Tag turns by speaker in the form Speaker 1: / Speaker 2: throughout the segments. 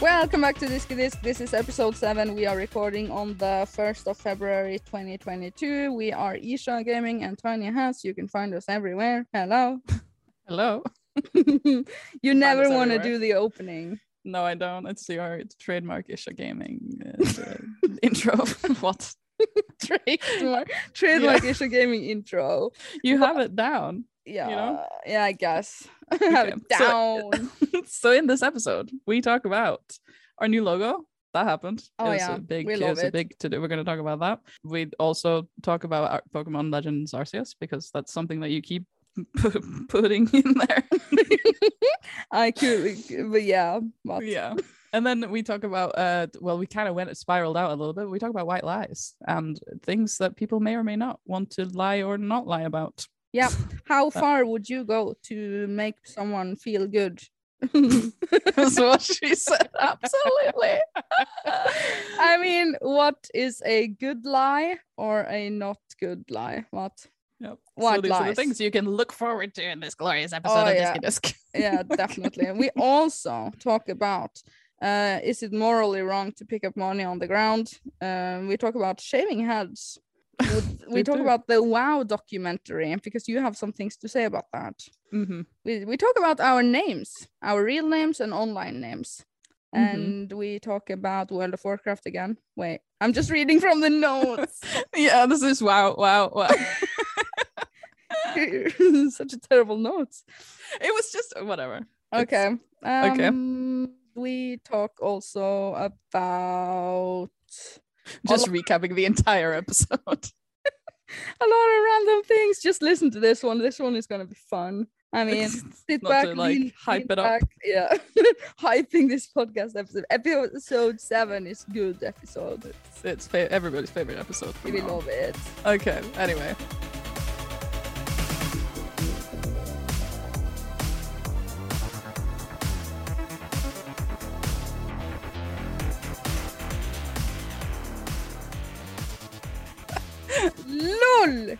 Speaker 1: Welcome back to Disc Disc. This is episode seven. We are recording on the 1st of February 2022. We are Isha Gaming and Tiny House. You can find us everywhere. Hello.
Speaker 2: Hello.
Speaker 1: you never
Speaker 2: us
Speaker 1: want to do
Speaker 2: everywhere.
Speaker 1: the opening.
Speaker 2: No, I don't. It's your trademark Isha Gaming uh, intro. what?
Speaker 1: Trademark, trademark Isha Gaming intro.
Speaker 2: You have it down.
Speaker 1: Yeah.
Speaker 2: know?
Speaker 1: Yeah, I guess. Have it
Speaker 2: Okay,
Speaker 1: down.
Speaker 2: so- so in this episode, we talk about our new logo. That happened.
Speaker 1: Oh,
Speaker 2: it was
Speaker 1: yeah.
Speaker 2: a big,
Speaker 1: We
Speaker 2: it
Speaker 1: love
Speaker 2: was a
Speaker 1: it.
Speaker 2: big to do. We're going to talk about that. We also talk about our Pokemon Legends Arceus because that's something that you keep pu- putting in there.
Speaker 1: I could, but yeah. But
Speaker 2: yeah. And then we talk about uh well we kind of went it spiraled out a little bit. We talk about white lies and things that people may or may not want to lie or not lie about.
Speaker 1: yeah. How far would you go to make someone feel good?
Speaker 2: That's what she said. Absolutely.
Speaker 1: I mean, what is a good lie or a not good lie? What?
Speaker 2: Yep. so
Speaker 1: White
Speaker 2: these are the
Speaker 1: lies.
Speaker 2: things you can look forward to in this glorious episode
Speaker 1: Oh,
Speaker 2: of
Speaker 1: yeah.
Speaker 2: Disky Disc.
Speaker 1: Yeah, definitely. we also talk about uh, is it morally wrong to pick up money on the ground? Um, we talk about shaving heads. Would- we
Speaker 2: We
Speaker 1: talk
Speaker 2: do.
Speaker 1: about the Wow documentary because you have some things to say about that.
Speaker 2: Mhm.
Speaker 1: We, we talk about our names, our real names and online names.
Speaker 2: Mhm.
Speaker 1: And we talk about World of Warcraft again. Wait, I'm just reading from the notes.
Speaker 2: Yeah, this is wow, wow, wow.
Speaker 1: Such a terrible note.
Speaker 2: it was just whatever. It's-
Speaker 1: Okay. Um,
Speaker 2: okay.
Speaker 1: We talk also about
Speaker 2: Just recapping the entire episode.
Speaker 1: a lot of random things. Just listen to this one. This one is gonna be fun. I mean, sit
Speaker 2: Not
Speaker 1: back,
Speaker 2: to, like,
Speaker 1: lean-
Speaker 2: hype
Speaker 1: lean
Speaker 2: it up.
Speaker 1: back. Yeah, hyping this podcast episode. Episode seven is good episode.
Speaker 2: It's fa- everybody's favorite episode. from
Speaker 1: We
Speaker 2: now on.
Speaker 1: love it.
Speaker 2: Okay, anyway.
Speaker 1: LOL!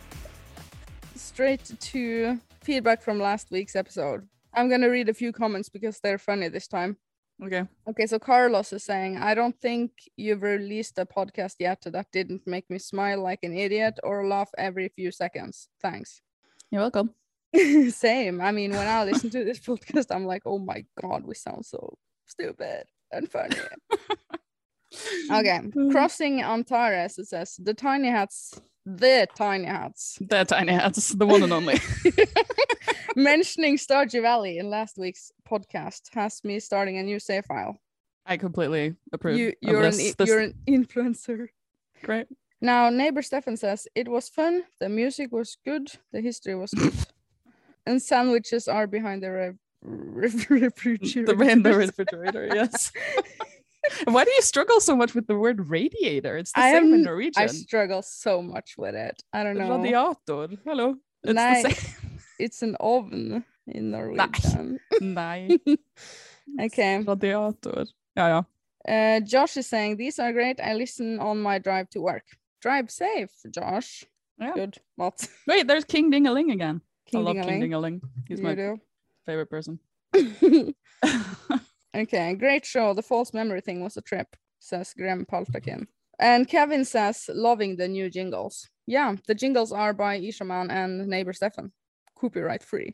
Speaker 1: Straight to feedback from last week's episode. I'm going to read a few comments because they're funny this time.
Speaker 2: Okay.
Speaker 1: Okay, so Carlos is saying, I don't think you've released a podcast yet that didn't make me smile like an idiot or laugh every few seconds. Thanks.
Speaker 2: You're welcome.
Speaker 1: Same. I mean, when I listen to this podcast, I'm like, oh my God, we sound so stupid and funny. Okay, crossing Antares, it says, the tiny hats, the tiny hats
Speaker 2: They're tiny hats, the one and only.
Speaker 1: mentioning Stardew Valley in last week's podcast has me starting a new save file.
Speaker 2: I completely approve.
Speaker 1: You,
Speaker 2: of
Speaker 1: you're, an,
Speaker 2: this.
Speaker 1: i-
Speaker 2: This-
Speaker 1: you're an influencer.
Speaker 2: great.
Speaker 1: Now, neighbor Stefan says it was fun. The music was good. The history was good. and sandwiches are behind the re- re- refrigerator.
Speaker 2: The, ra- the refrigerator, yes. Why do you struggle so much with the word radiator? It's the
Speaker 1: I
Speaker 2: same in
Speaker 1: am-
Speaker 2: Norwegian.
Speaker 1: I struggle so much with it. I don't know.
Speaker 2: Radiator. Hello. It's
Speaker 1: Nej.
Speaker 2: the same.
Speaker 1: It's an oven in Norwegian.
Speaker 2: Nej.
Speaker 1: Okay.
Speaker 2: Radiator. Ja, ja.
Speaker 1: Uh, Josh is saying these are great. I listen on my drive to work. Drive safe, Josh.
Speaker 2: Yeah.
Speaker 1: Good. What?
Speaker 2: Wait, there's King Dingaling again. I love King
Speaker 1: King
Speaker 2: Dingaling. He's my favorite person.
Speaker 1: Dingaling. okay, great show. The false memory thing was a trip, says Graham Paltakin. And Kevin says, loving the new jingles. Yeah, the jingles are by Ishaman and neighbor Stefan. Copyright free.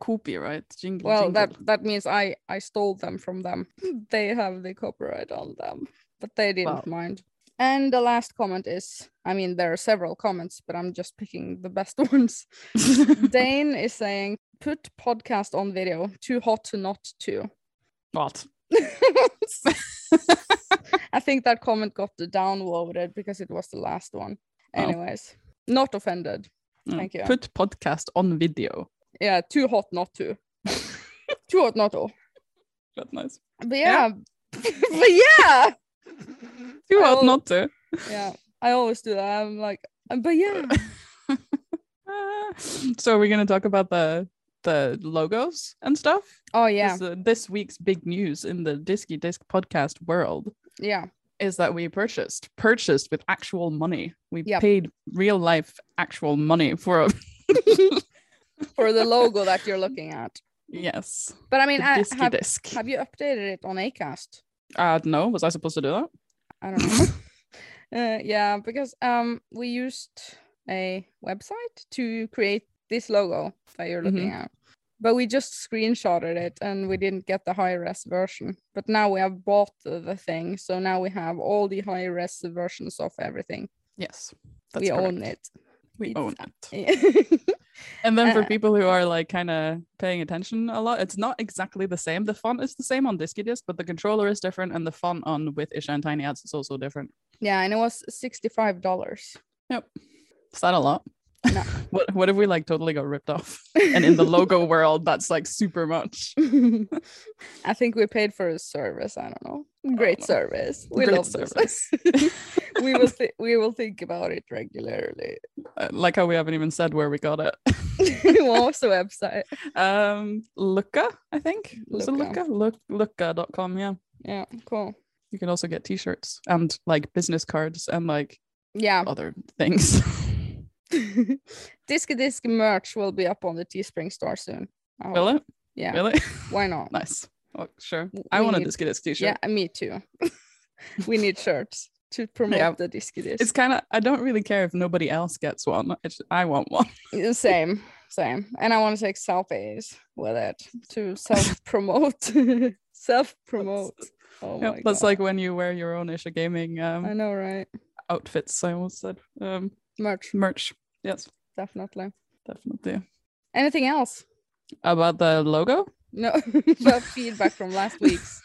Speaker 2: Copyright. Jingle.
Speaker 1: Well,
Speaker 2: jingle.
Speaker 1: that that means I I stole them from them. They have the copyright on them, but they didn't mind. And the last comment is, I mean, there are several comments, but I'm just picking the best ones. Dane is saying, put podcast on video. Too hot to not to.
Speaker 2: what?
Speaker 1: I think that comment got downloaded because it was the last one.
Speaker 2: Oh.
Speaker 1: Anyways, not offended.
Speaker 2: Mm.
Speaker 1: Thank you.
Speaker 2: Put podcast on video.
Speaker 1: Yeah, too hot not to. too hot not to.
Speaker 2: That's nice.
Speaker 1: But yeah.
Speaker 2: Yeah.
Speaker 1: but yeah.
Speaker 2: You ought
Speaker 1: will-
Speaker 2: not to.
Speaker 1: Yeah. I always do that. I'm like, "Uh, but yeah.
Speaker 2: Ah. so are we going to talk about the the logos and stuff?
Speaker 1: Oh yeah.
Speaker 2: 'Cause, uh, this week's big news in the Disky Disc podcast world
Speaker 1: Yeah.
Speaker 2: is that we purchased purchased with actual money. We
Speaker 1: Yep.
Speaker 2: paid real life actual money for a
Speaker 1: For the logo that you're looking at.
Speaker 2: yes.
Speaker 1: But I mean
Speaker 2: the
Speaker 1: I
Speaker 2: Disky
Speaker 1: have
Speaker 2: Disc.
Speaker 1: have you updated it on ACAST?
Speaker 2: Uh, no, was I supposed to do that?
Speaker 1: I don't know. uh, yeah, because um, we used a website to create this logo that you're
Speaker 2: Mm-hmm.
Speaker 1: looking at, but we just screenshotted it and we didn't get the high res version. But now we have bought the, the thing, so now we have all the high res versions of everything.
Speaker 2: Yes, that's
Speaker 1: we
Speaker 2: correct.
Speaker 1: own it.
Speaker 2: We
Speaker 1: it's
Speaker 2: own it.
Speaker 1: yeah,
Speaker 2: And then for
Speaker 1: Uh,
Speaker 2: people who are like kind of paying attention a lot, it's not exactly the same. The font is the same on Disky Disk, but the controller is different, and the font on with Isha and Tiny Ads is also different.
Speaker 1: and it was sixty-five dollars.
Speaker 2: Is that a lot?
Speaker 1: No.
Speaker 2: what What if we like totally got ripped off? And in the logo world, that's like super much.
Speaker 1: I think we paid for a service. I don't know. Great
Speaker 2: know.
Speaker 1: service. We
Speaker 2: Great
Speaker 1: love service. we will thi- we will think about it regularly.
Speaker 2: I like how we haven't even said where we got it.
Speaker 1: what was the website?
Speaker 2: Um, Luca, I think. Was it
Speaker 1: Luca.
Speaker 2: Luca? Look, Luca.com. Yeah.
Speaker 1: Yeah, cool.
Speaker 2: You can also get T-shirts and like business cards and like
Speaker 1: Yeah.
Speaker 2: other things.
Speaker 1: Disc Disc merch will be up on the Teespring store soon. I hope.
Speaker 2: Will it?
Speaker 1: Yeah.
Speaker 2: Will it?
Speaker 1: Why not?
Speaker 2: Nice. Oh, sure.
Speaker 1: W-
Speaker 2: I
Speaker 1: we
Speaker 2: want a
Speaker 1: need-
Speaker 2: Disky Disc t-shirt.
Speaker 1: Yeah, me too. we need shirts to promote the Disky Disc.
Speaker 2: It's kind of, I don't really care if nobody else gets one. It's, I want one.
Speaker 1: Yeah, Same, same. And I want to take selfies with it to self promote. self promote. Oh
Speaker 2: Yeah,
Speaker 1: my
Speaker 2: that's
Speaker 1: God.
Speaker 2: like when you wear your own Isha Gaming
Speaker 1: I
Speaker 2: um,
Speaker 1: know, right?
Speaker 2: outfits. I almost said um,
Speaker 1: Merch,
Speaker 2: merch. Yes,
Speaker 1: definitely.
Speaker 2: definitely.
Speaker 1: Anything else?
Speaker 2: About the logo?
Speaker 1: No, about feedback from last week's.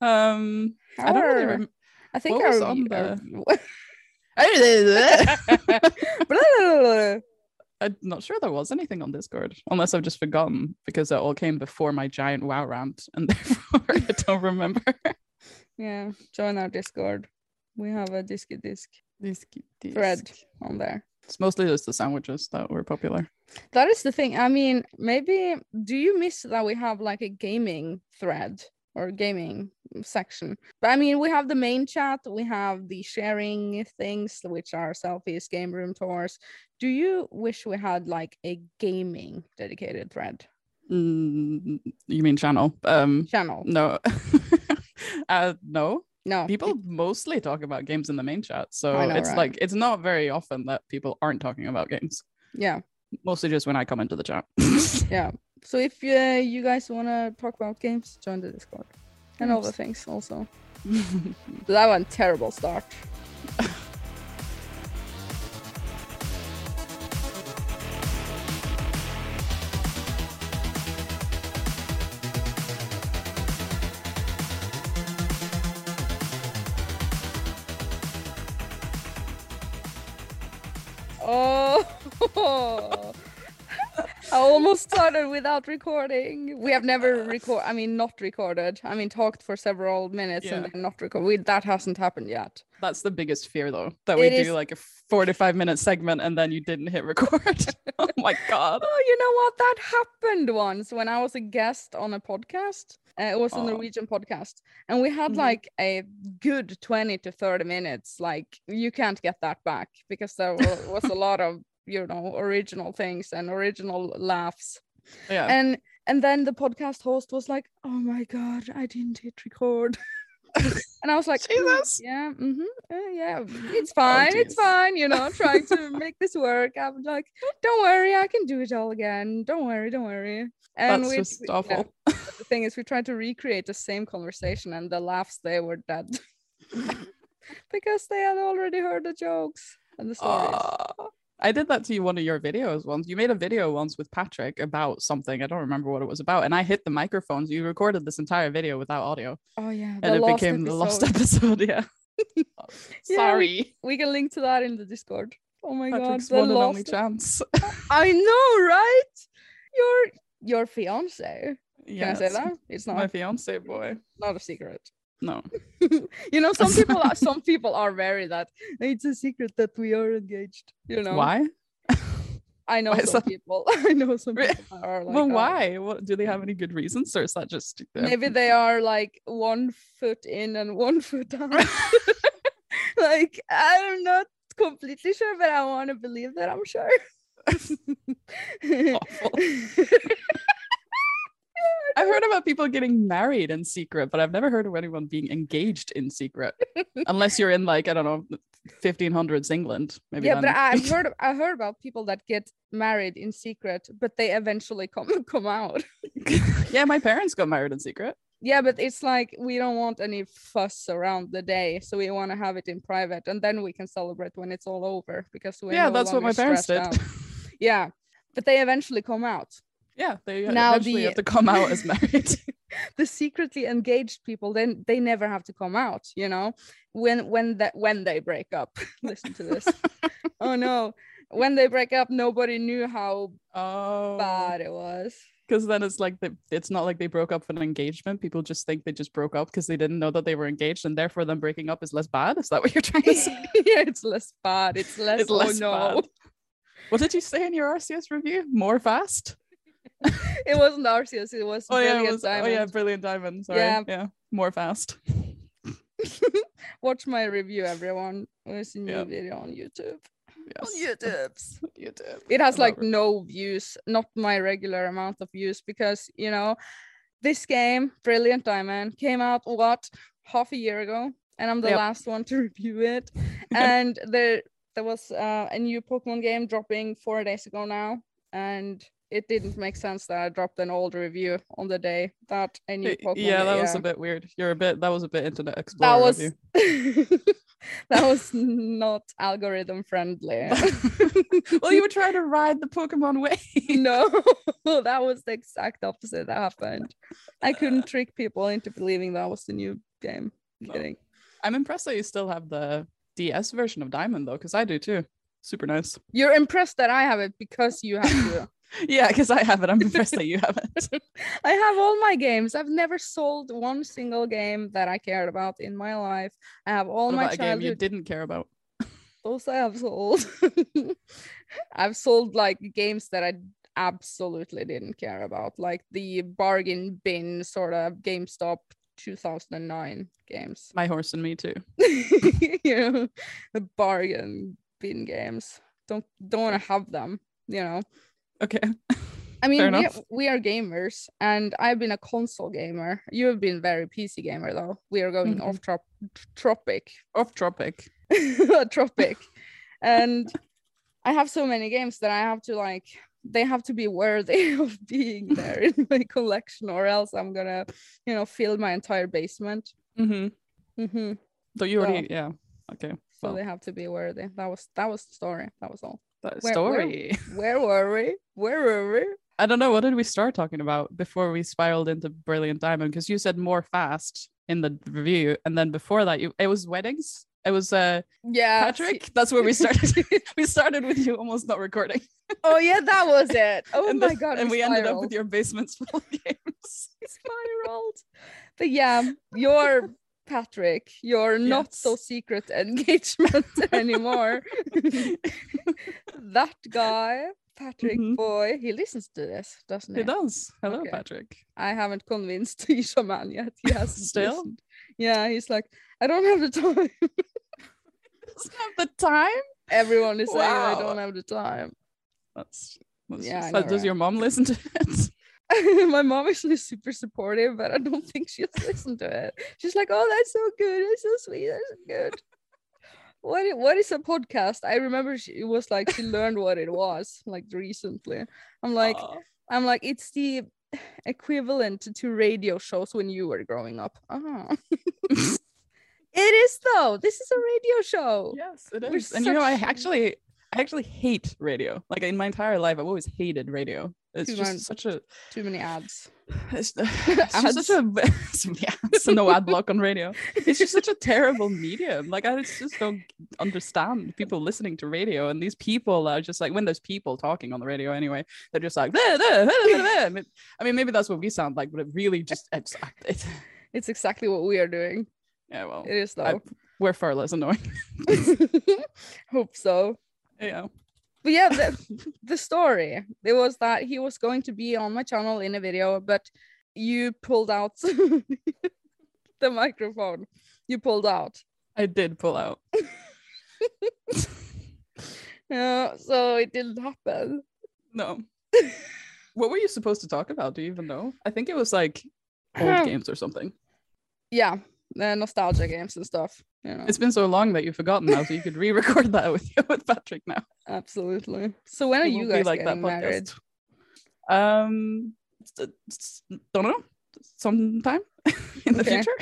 Speaker 2: um, I don't really
Speaker 1: Our-
Speaker 2: rem-
Speaker 1: I think
Speaker 2: what was uh,
Speaker 1: our,
Speaker 2: on
Speaker 1: our-
Speaker 2: I'm not sure there was anything on Discord, unless I've just forgotten because it all came before my giant wow rant, and therefore I don't remember.
Speaker 1: yeah, join our Discord. We have a Disky Disc thread on there.
Speaker 2: It's mostly just the sandwiches that were popular.
Speaker 1: That is the thing. I mean, maybe do you miss that we have like a gaming thread or gaming section? But I mean, we have the main chat, we have the sharing things, which are selfies, game room tours. Do you wish we had like a gaming dedicated thread
Speaker 2: Mm, you mean channel? Um,
Speaker 1: channel?
Speaker 2: no, uh, no.
Speaker 1: No,
Speaker 2: People mostly talk about games in the main chat, so
Speaker 1: I know,
Speaker 2: it's
Speaker 1: right?
Speaker 2: like it's not very often that people aren't talking about games.
Speaker 1: yeah,
Speaker 2: Mostly just when I come into the chat.
Speaker 1: yeah. So if uh, you guys want to talk about games, join the Discord and all the
Speaker 2: Games.
Speaker 1: things also. That one terrible start. Oh, I almost started without recording. We have never record. I mean, not recorded. I mean, talked for several minutes
Speaker 2: Yeah.
Speaker 1: and then not record. We, that hasn't happened yet.
Speaker 2: That's the biggest fear, though, that we
Speaker 1: It is-
Speaker 2: do like a forty-five minute segment and then you didn't hit record. oh my god!
Speaker 1: Oh, you know what? That happened once when I was a guest on a podcast. Uh, it was a
Speaker 2: Oh.
Speaker 1: Norwegian podcast, and we had
Speaker 2: Mhm.
Speaker 1: like a good twenty to thirty minutes. Like you can't get that back because there wa- was a lot of you know original things and original laughs.
Speaker 2: Yeah,
Speaker 1: And and then the podcast host was like, "Oh my god, I didn't hit record," and I was like, "Mm,
Speaker 2: Jesus.
Speaker 1: yeah, hmm yeah, it's
Speaker 2: Oh,
Speaker 1: fine, it's
Speaker 2: dear.
Speaker 1: fine." You know, I'm trying to make this work. I'm like, "Don't worry, I can do it all again. Don't worry, don't worry." And
Speaker 2: that's
Speaker 1: we,
Speaker 2: just
Speaker 1: we- yeah,
Speaker 2: awful.
Speaker 1: but the thing is, we tried to recreate the same conversation, and the laughs they were dead because they had already heard the jokes and the stories.
Speaker 2: Aw. Uh, I did that to you one of your videos once. You made a video once with Patrick about something. I don't remember what it was about. And I hit the microphones. You recorded this entire video without audio.
Speaker 1: oh yeah,
Speaker 2: And
Speaker 1: the
Speaker 2: it
Speaker 1: lost
Speaker 2: became the lost
Speaker 1: episode.
Speaker 2: episode. Yeah. Oh,
Speaker 1: we-
Speaker 2: Sorry.
Speaker 1: We can link to that in the Discord. Oh my
Speaker 2: Patrick's
Speaker 1: god,
Speaker 2: one
Speaker 1: the
Speaker 2: and only
Speaker 1: lost
Speaker 2: chance.
Speaker 1: I know, right? Your your fiance. Can
Speaker 2: Yes,
Speaker 1: I say that? It's not
Speaker 2: My fiance boy.
Speaker 1: not a secret.
Speaker 2: No.
Speaker 1: You know, some people are some people are very that it's a secret that we are engaged. You know,
Speaker 2: Why?
Speaker 1: I know
Speaker 2: Why is
Speaker 1: some
Speaker 2: that-
Speaker 1: people. I know some
Speaker 2: Re-
Speaker 1: people that are like.
Speaker 2: well,
Speaker 1: that.
Speaker 2: why? What do they have any good reasons? Or is that just uh,
Speaker 1: Maybe they are like one foot in and one foot out. like I'm not completely sure, but I want to believe that I'm sure.
Speaker 2: awful? I I've heard about people getting married in secret, but I've never heard of anyone being engaged in secret, unless you're in like I don't know, 1500s England. Maybe
Speaker 1: yeah,
Speaker 2: then.
Speaker 1: but I've heard I heard about people that get married in secret, but they eventually come come out.
Speaker 2: yeah, my parents got married in secret.
Speaker 1: Yeah, but it's like we don't want any fuss around the day, so we want to have it in private, and then we can celebrate when it's all over because we
Speaker 2: yeah, that's what my parents did.
Speaker 1: yeah, but they eventually come out.
Speaker 2: Yeah, they
Speaker 1: Now
Speaker 2: eventually
Speaker 1: the-
Speaker 2: have to come out as married.
Speaker 1: the secretly engaged people then they never have to come out you know when when that when they break up listen to this oh no when they break up nobody knew how
Speaker 2: oh,
Speaker 1: bad it was
Speaker 2: because then it's like the, it's not like they broke up for an engagement. People just think they just broke up because they didn't know that they were engaged, and therefore them breaking up is less bad. Is that what you're trying to say?
Speaker 1: yeah it's less bad it's less,
Speaker 2: It's less
Speaker 1: oh no
Speaker 2: bad. What did you say in your RCS review? More fast?
Speaker 1: it wasn't arceus it was
Speaker 2: Oh yeah,
Speaker 1: brilliant
Speaker 2: it was, oh
Speaker 1: diamond
Speaker 2: yeah, brilliant diamond. Sorry,
Speaker 1: Yeah.
Speaker 2: yeah, more fast.
Speaker 1: watch my review everyone it's a new
Speaker 2: Yeah.
Speaker 1: video on youtube
Speaker 2: Yes.
Speaker 1: youtube
Speaker 2: YouTube.
Speaker 1: it has like
Speaker 2: Whatever.
Speaker 1: no views not my regular amount of views because you know this game brilliant diamond came out what half a year ago and i'm the
Speaker 2: Yep.
Speaker 1: last one to review it
Speaker 2: Yeah.
Speaker 1: and there there was uh, a new pokemon game dropping four days ago now and it didn't make sense that i dropped an old review on the day that a new
Speaker 2: Y-
Speaker 1: pokemon
Speaker 2: yeah, that
Speaker 1: game-
Speaker 2: was a bit weird. You're a bit that was a bit internet explorer.
Speaker 1: that
Speaker 2: of
Speaker 1: was
Speaker 2: you.
Speaker 1: that was not algorithm friendly
Speaker 2: well, you were trying to ride the Pokemon wave.
Speaker 1: no that was the exact opposite that happened i couldn't trick people into believing that was the new game I'm
Speaker 2: No.
Speaker 1: kidding
Speaker 2: I'm impressed that you still have the DS version of Diamond though, because I do too. Super nice.
Speaker 1: you're impressed that i have it because you have to
Speaker 2: Yeah, because I have it. I'm impressed that you have it.
Speaker 1: i have all my games i've never sold one single game that i cared about in my life i have all
Speaker 2: what
Speaker 1: my
Speaker 2: about a game you
Speaker 1: childhood
Speaker 2: didn't care about?
Speaker 1: those i have sold i've sold like games that i absolutely didn't care about like the bargain bin sort of gamestop 2009 games
Speaker 2: My horse and me too.
Speaker 1: you know, the bargain bin games. Don't don't want to have them. You know,
Speaker 2: Okay.
Speaker 1: I mean, we,
Speaker 2: enough.
Speaker 1: we are gamers, and I've been a console gamer. You have been very PC gamer, though. We are going
Speaker 2: Mm-hmm.
Speaker 1: off trop- tropic,
Speaker 2: Off topic.
Speaker 1: tropic, and I have so many games that I have to like. They have to be worthy of being there in my collection, or else I'm gonna, you know, fill my entire basement.
Speaker 2: Mm-hmm.
Speaker 1: hmm
Speaker 2: Though you already yeah. Okay.
Speaker 1: So
Speaker 2: Well.
Speaker 1: they have to be worthy. That was that was the story. That was all.
Speaker 2: That
Speaker 1: Where-
Speaker 2: story.
Speaker 1: Where were we? Where were we?
Speaker 2: I don't know what did we start talking about before we spiraled into Brilliant Diamond because you said more fast in the review, and then before that, you it was weddings. It was uh,
Speaker 1: Yeah. see-
Speaker 2: Patrick. That's where we started. we started with you almost not recording.
Speaker 1: Oh yeah, that was it. Oh
Speaker 2: and
Speaker 1: my
Speaker 2: then-
Speaker 1: god.
Speaker 2: And we ended up
Speaker 1: spiraled.
Speaker 2: with your basement's full of games.
Speaker 1: spiraled. But yeah, you're Patrick. You're not so
Speaker 2: Yes.
Speaker 1: secret engagement anymore. that guy, Patrick
Speaker 2: Mhm.
Speaker 1: boy, he listens to this, doesn't he?
Speaker 2: It does. Hello,
Speaker 1: Okay.
Speaker 2: Patrick.
Speaker 1: I haven't convinced Isha man yet. He hasn't
Speaker 2: Still?
Speaker 1: listened. Yeah, he's like, I don't have the time.
Speaker 2: Doesn't have the time.
Speaker 1: Everyone is saying I
Speaker 2: Wow.
Speaker 1: don't have the time.
Speaker 2: That's, that's
Speaker 1: Yeah, I
Speaker 2: just-
Speaker 1: know,
Speaker 2: uh, does
Speaker 1: right?
Speaker 2: your mom listen to it?
Speaker 1: my mom actually is super supportive, but I don't think she's listened to it. She's like, "Oh, that's so good. That's so sweet. That's so good." what i- What is a podcast? I remember she it was like she learned what it was like recently. I'm like,
Speaker 2: Aw.
Speaker 1: I'm like, it's the equivalent to radio shows when you were growing up. Ah. it is though. This is a radio show.
Speaker 2: Yes, it
Speaker 1: We're
Speaker 2: is. And you know, I
Speaker 1: such-
Speaker 2: actually, I actually hate radio. Like in my entire life, I've always hated radio. It's
Speaker 1: Too
Speaker 2: just
Speaker 1: much.
Speaker 2: such a,
Speaker 1: Too many ads.
Speaker 2: it's, it's just such a, yeah, it's no ad block on radio. It's just such a terrible medium. Like I just just don't understand people listening to radio, and these people are just like when there's people talking on the radio anyway, they're just like, "Bleh, bleh, bleh, bleh, bleh." I mean, maybe that's what we sound like, but it really just, it's, it's
Speaker 1: It's exactly what we are doing.
Speaker 2: yeah, well,
Speaker 1: It is
Speaker 2: I-
Speaker 1: though.
Speaker 2: we're far less annoying.
Speaker 1: Hope so.
Speaker 2: Yeah.
Speaker 1: but yeah the, the story it was that he was going to be on my channel in a video but you pulled out the microphone you pulled out
Speaker 2: I did pull out.
Speaker 1: uh, so it didn't happen
Speaker 2: No. What were you supposed to talk about? Do you even know? I think it was like old
Speaker 1: Um,
Speaker 2: games or something.
Speaker 1: Yeah, the nostalgia games and stuff. You know,
Speaker 2: It's been so long that you've forgotten now, so you could re-record that with with Patrick now.
Speaker 1: absolutely. So when are
Speaker 2: It
Speaker 1: you
Speaker 2: won't be
Speaker 1: guys getting married?
Speaker 2: podcast. Um, s- s- don't know. Sometime in the
Speaker 1: Okay.
Speaker 2: future.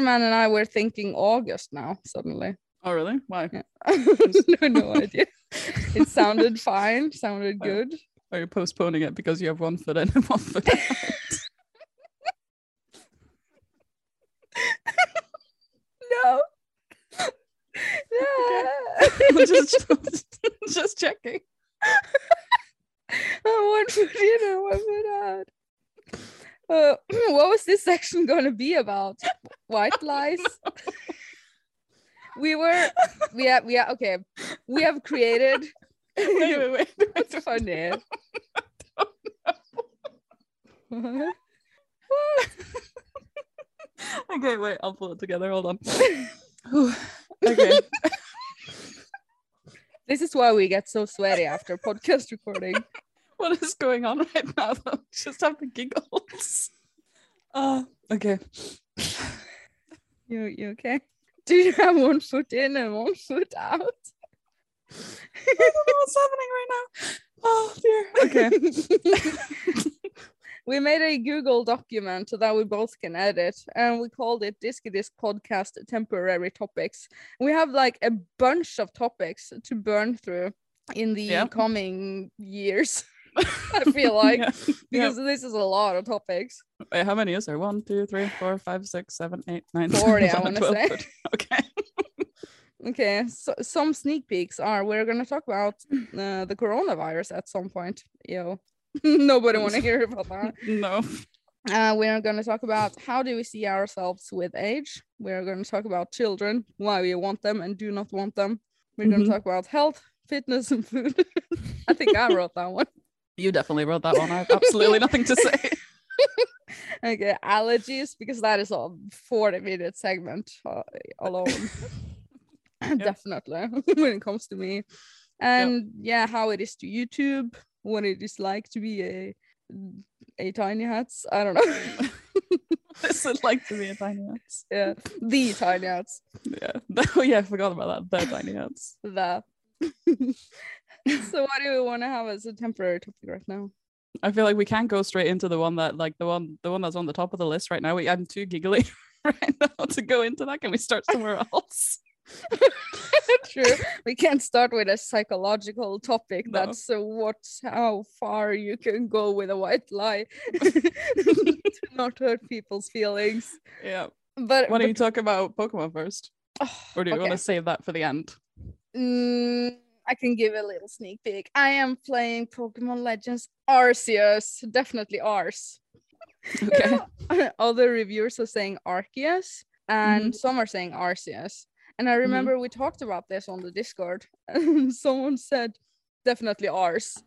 Speaker 1: Ishaman and I were thinking August now. Suddenly,
Speaker 2: Oh really? Why?
Speaker 1: Yeah. no, no idea. It sounded fine. Sounded
Speaker 2: Oh.
Speaker 1: good.
Speaker 2: Are you postponing it because you have one foot in and one foot out?
Speaker 1: No. no.
Speaker 2: just, just, just checking.
Speaker 1: Oh, one foot in and one foot out. Uh, what was this section going to be about? White lies. we were, we have, we have, okay, we have created.
Speaker 2: Wait, wait, wait.
Speaker 1: That's funny. What?
Speaker 2: Okay, wait. I'll pull it together. Hold on. Whew. okay.
Speaker 1: This is why we get so sweaty after podcast recording.
Speaker 2: what is going on right now? Though? Just have the giggles. Uh, okay.
Speaker 1: You, you okay? Do you have one foot in and one foot out?
Speaker 2: I don't know what's happening right now. Oh dear. Okay.
Speaker 1: we made a Google document that we both can edit, and we called it Disky Disc Podcast Temporary Topics. We have like a bunch of topics to burn through in the
Speaker 2: Yeah.
Speaker 1: coming years. I feel like
Speaker 2: Yeah.
Speaker 1: because this is a lot of topics.
Speaker 2: Wait, how many is there? One, two, three, four, five, six, seven, eight, nine, ten,
Speaker 1: 40, I
Speaker 2: 11,
Speaker 1: wanna
Speaker 2: 12,
Speaker 1: say.
Speaker 2: 13. Okay.
Speaker 1: Okay, so some sneak peeks are we're gonna talk about uh, the coronavirus at some point. Yo, nobody want to hear about that.
Speaker 2: No.
Speaker 1: Uh, we are going to talk about how do we see ourselves with age. We are going to talk about children, why we want them and do not want them. We're going
Speaker 2: Mhm.
Speaker 1: to talk about health, fitness, and food. I think I wrote that one.
Speaker 2: You definitely wrote that one. I have absolutely nothing to say.
Speaker 1: Okay, allergies because that is a forty-minute segment uh, alone. Definitely, when it comes to me, and yeah, how it is to YouTube, what it is like to be a a tiny hats. I don't know.
Speaker 2: This is like to be a tiny house.
Speaker 1: yeah, the tiny hats.
Speaker 2: Yeah. Oh yeah, I forgot about that. The tiny house.
Speaker 1: the so what do we want to have as a temporary topic right now
Speaker 2: I feel like we can't go straight into the one that like the one the one that's on the top of the list right now. We, I'm too giggly right now to go into that. Can we start somewhere else?
Speaker 1: true we can't start with a psychological topic
Speaker 2: No.
Speaker 1: that's uh, what how far you can go with a white lie to not hurt people's feelings
Speaker 2: Yeah.
Speaker 1: but,
Speaker 2: Why
Speaker 1: but
Speaker 2: don't you talk about Pokemon first?
Speaker 1: oh,
Speaker 2: Or do you want
Speaker 1: okay.
Speaker 2: to save that for the end?
Speaker 1: Mm, I can give a little sneak peek. I am playing Pokemon Legends Arceus, definitely Arce.
Speaker 2: Okay.
Speaker 1: Other reviewers are saying Arceus, and
Speaker 2: Mm-hmm.
Speaker 1: some are saying Arceus. And I remember we talked about this on the Discord, and someone said definitely uh, Arce.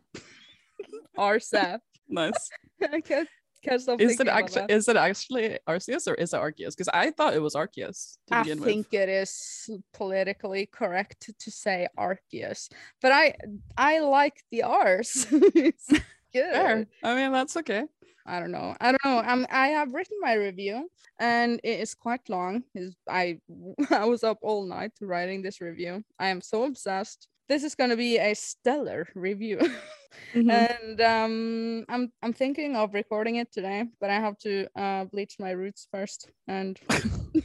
Speaker 1: Arce. I
Speaker 2: Nice.
Speaker 1: can't, can't stop
Speaker 2: Is
Speaker 1: thinking
Speaker 2: it
Speaker 1: about
Speaker 2: actually
Speaker 1: that.
Speaker 2: is it actually Arceus or is it Arceus? Because I thought it was Arceus to
Speaker 1: I
Speaker 2: begin
Speaker 1: think it is politically correct to say Arceus, but I I like the R's. it's good.
Speaker 2: with. Fair. I mean that's okay.
Speaker 1: I don't know. I don't know. I'm, I have written my review and it is quite long. Is I I was up all night writing this review. I am so obsessed. This is going to be a stellar review.
Speaker 2: Mm-hmm.
Speaker 1: Mm-hmm.
Speaker 2: Mm,
Speaker 1: and um I'm I'm thinking of recording it today, but I have to uh bleach my roots first and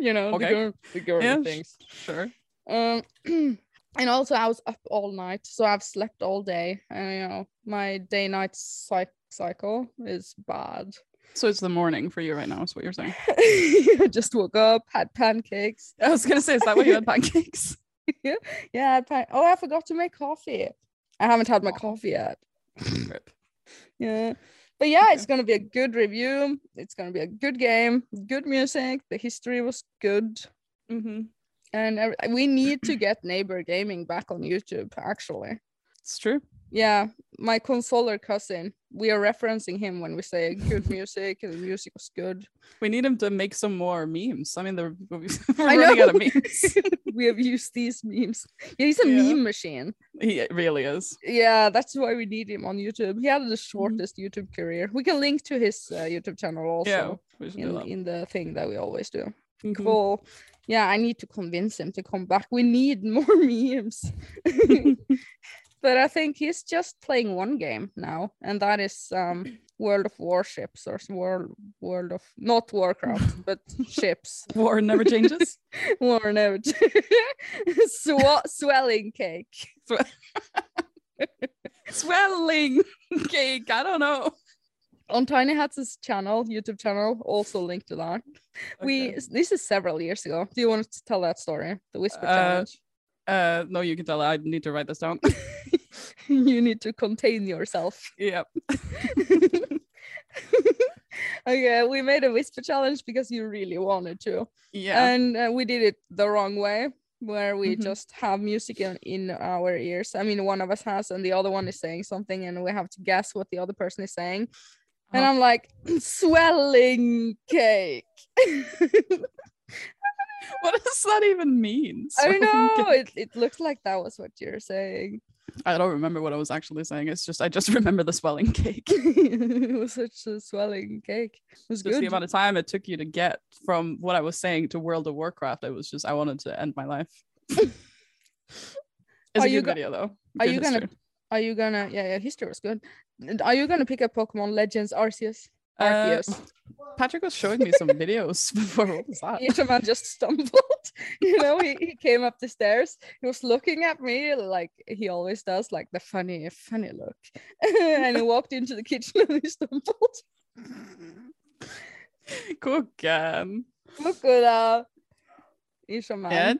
Speaker 1: you know,
Speaker 2: Okay.
Speaker 1: the girl, the girl
Speaker 2: Yeah, sh-
Speaker 1: things.
Speaker 2: Sure.
Speaker 1: Um, and also I was up all night, so I've slept all day, and you know my day-night psych- cycle is bad.
Speaker 2: So it's the morning for you right now, is what you're saying.
Speaker 1: I just woke up, had pancakes.
Speaker 2: I was gonna say, is that why you had pancakes?
Speaker 1: Yeah, I had pan- oh, I forgot to make coffee. I haven't had my
Speaker 2: Aw.
Speaker 1: coffee yet.
Speaker 2: Rip.
Speaker 1: Yeah. But yeah,
Speaker 2: Okay.
Speaker 1: it's gonna be a good review. It's gonna be a good game, good music. The history was good, Mm-hmm.
Speaker 2: Mhm.
Speaker 1: and every- we need to get Neighbor Gaming back on YouTube. Actually,
Speaker 2: It's true.
Speaker 1: yeah, my consoler cousin we are referencing him when we say good music and the music was good.
Speaker 2: We need him to make some more memes. I mean, the, we're
Speaker 1: I
Speaker 2: running
Speaker 1: know.
Speaker 2: out of memes.
Speaker 1: we have used these memes. Yeah, he's a
Speaker 2: Yeah.
Speaker 1: meme machine.
Speaker 2: he really is.
Speaker 1: Yeah, that's why we need him on YouTube. He had the shortest YouTube career. We can link to his uh, YouTube channel
Speaker 2: yeah,
Speaker 1: also
Speaker 2: we should do
Speaker 1: in,
Speaker 2: that.
Speaker 1: in the thing that we always do.
Speaker 2: Mhm.
Speaker 1: Cool. Yeah, I need to convince him to come back. We need more memes. but I think he's just playing one game now, and that is um World of Warships or s- World World of not Warcraft, but ships.
Speaker 2: War never changes.
Speaker 1: War never Swa- swelling cake.
Speaker 2: Swelling cake. I don't know.
Speaker 1: On Tiny Hats' channel, YouTube channel, also linked to that. We
Speaker 2: Okay.
Speaker 1: this is several years ago. Do you want to tell that story? The whisper
Speaker 2: Uh,
Speaker 1: challenge.
Speaker 2: uh no, you can tell I need to write this down.
Speaker 1: you need to contain yourself.
Speaker 2: yeah.
Speaker 1: okay, we made a whisper challenge because you really wanted to,
Speaker 2: Yeah.
Speaker 1: and uh, we did it the wrong way, where we
Speaker 2: Mhm.
Speaker 1: just have music in, in our ears. I mean, one of us has, and the other one is saying something, and we have to guess what the other person is saying. And
Speaker 2: Uh-huh.
Speaker 1: I'm like, swelling cake.
Speaker 2: what does that even mean?
Speaker 1: I
Speaker 2: Swelling cake.
Speaker 1: know it. It looked like that was what you're saying.
Speaker 2: I don't remember what I was actually saying. It's just I just remember the swelling cake.
Speaker 1: it was such a swelling cake. It was
Speaker 2: Just
Speaker 1: good.
Speaker 2: the amount of time it took you to get from what I was saying to World of Warcraft. I was just I wanted to end my life. it's
Speaker 1: Are
Speaker 2: a
Speaker 1: you
Speaker 2: good
Speaker 1: go-
Speaker 2: video though.
Speaker 1: are
Speaker 2: Good
Speaker 1: you gonna-
Speaker 2: history.
Speaker 1: Are you gonna? Yeah, yeah. History was good. And Are you gonna pick up Pokemon Legends Arceus?
Speaker 2: Uh,
Speaker 1: Arceus.
Speaker 2: Patrick was showing me some videos before. What was that?
Speaker 1: Each man just stumbled. you know, he, he came up the stairs. He was looking at me like he always does, like the funny, funny look. and he walked into the kitchen and he stumbled.
Speaker 2: Cook um,
Speaker 1: Look at that. Ishaman.
Speaker 2: yeah,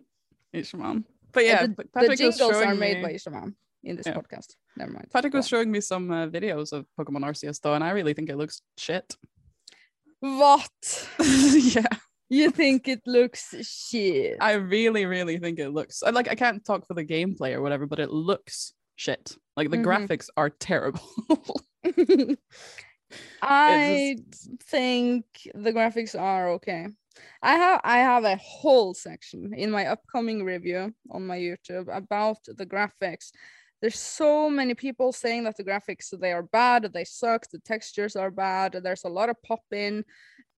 Speaker 2: it's your mom. But yeah,
Speaker 1: Uh, the,
Speaker 2: but
Speaker 1: the
Speaker 2: Patrick
Speaker 1: jingles
Speaker 2: was showing
Speaker 1: are made
Speaker 2: me.
Speaker 1: by Ishaman in this
Speaker 2: Yeah.
Speaker 1: podcast. Never mind.
Speaker 2: Patrick
Speaker 1: Go
Speaker 2: was showing me some uh, videos of Pokemon Arceus though, and I really think it looks shit.
Speaker 1: on. What?
Speaker 2: yeah,
Speaker 1: You think it looks shit.
Speaker 2: I really, really think it looks. I like. I can't talk for the gameplay or whatever, but it looks shit. Like the
Speaker 1: Mhm.
Speaker 2: graphics are terrible.
Speaker 1: I think the graphics are okay. I have I have a whole section in my upcoming review on my YouTube about the graphics. There's so many people saying that the graphics they are bad, they suck, the textures are bad, there's a lot of pop in,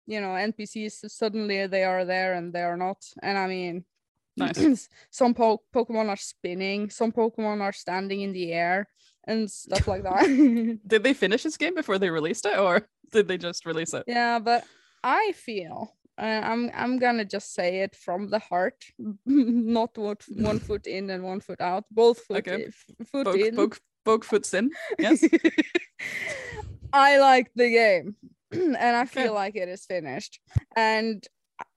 Speaker 1: you know, NPCs suddenly they are there and they are not. And I mean
Speaker 2: nice.
Speaker 1: some po- Pokemon are spinning, some Pokemon are standing in the air and stuff like that.
Speaker 2: Did they finish this game before they released it, or did they just release it?
Speaker 1: Yeah, but I feel uh, I'm I'm gonna just say it from the heart, not what one foot in and one foot out, both foot
Speaker 2: Okay.
Speaker 1: i- f- foot
Speaker 2: Boke,
Speaker 1: in.
Speaker 2: Boke, Boke foots in. Yes.
Speaker 1: I like the game, and I
Speaker 2: Okay.
Speaker 1: feel like it is finished. And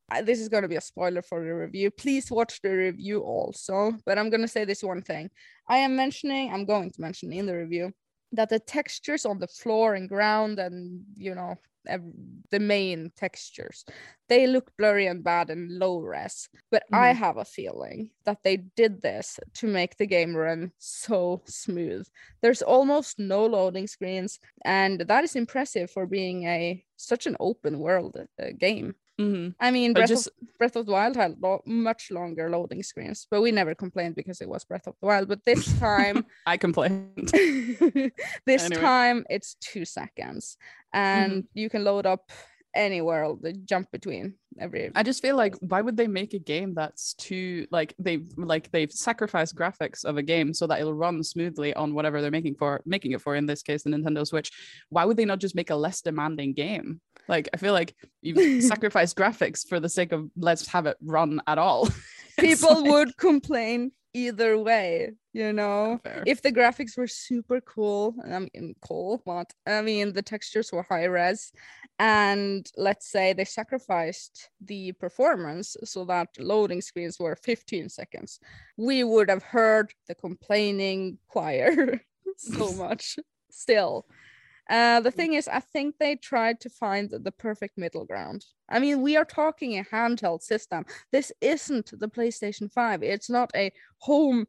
Speaker 1: I, this is gonna be a spoiler for the review. Please watch the review also. But I'm gonna say this one thing. I am mentioning. I'm going to mention in the review that the textures on the floor and ground and you know ev- the main textures they look blurry and bad and low res but i
Speaker 2: Mhm.
Speaker 1: have a feeling that they did this to make the game run so smooth there's almost no loading screens and that is impressive for being a such an open world uh, game
Speaker 2: hmm
Speaker 1: i mean
Speaker 2: But
Speaker 1: breath,
Speaker 2: just
Speaker 1: of, breath of the wild had lo- much longer loading screens but we never complained because it was breath of the wild but this time
Speaker 2: I complained.
Speaker 1: this
Speaker 2: Anyway. Mm-hmm.
Speaker 1: time it's two seconds and you can load up any world the jump between every
Speaker 2: I just feel like why would they make a game that's too like they've like they've sacrificed graphics of a game so that it'll run smoothly on whatever they're making for making it for in this case the Nintendo Switch. Why would they not just make a less demanding game? Like I feel like you've sacrificed graphics for the sake of let's have it run at all. It's
Speaker 1: people
Speaker 2: like-
Speaker 1: would complain either way you know
Speaker 2: Fair.
Speaker 1: if the graphics were super cool i mean cool what i mean the textures were high res and let's say they sacrificed the performance so that loading screens were 15 seconds we would have heard the complaining choir so much still uh, the thing is, I think they tried to find the perfect middle ground. I mean, we are talking a handheld system. This isn't the PlayStation 5. It's not a home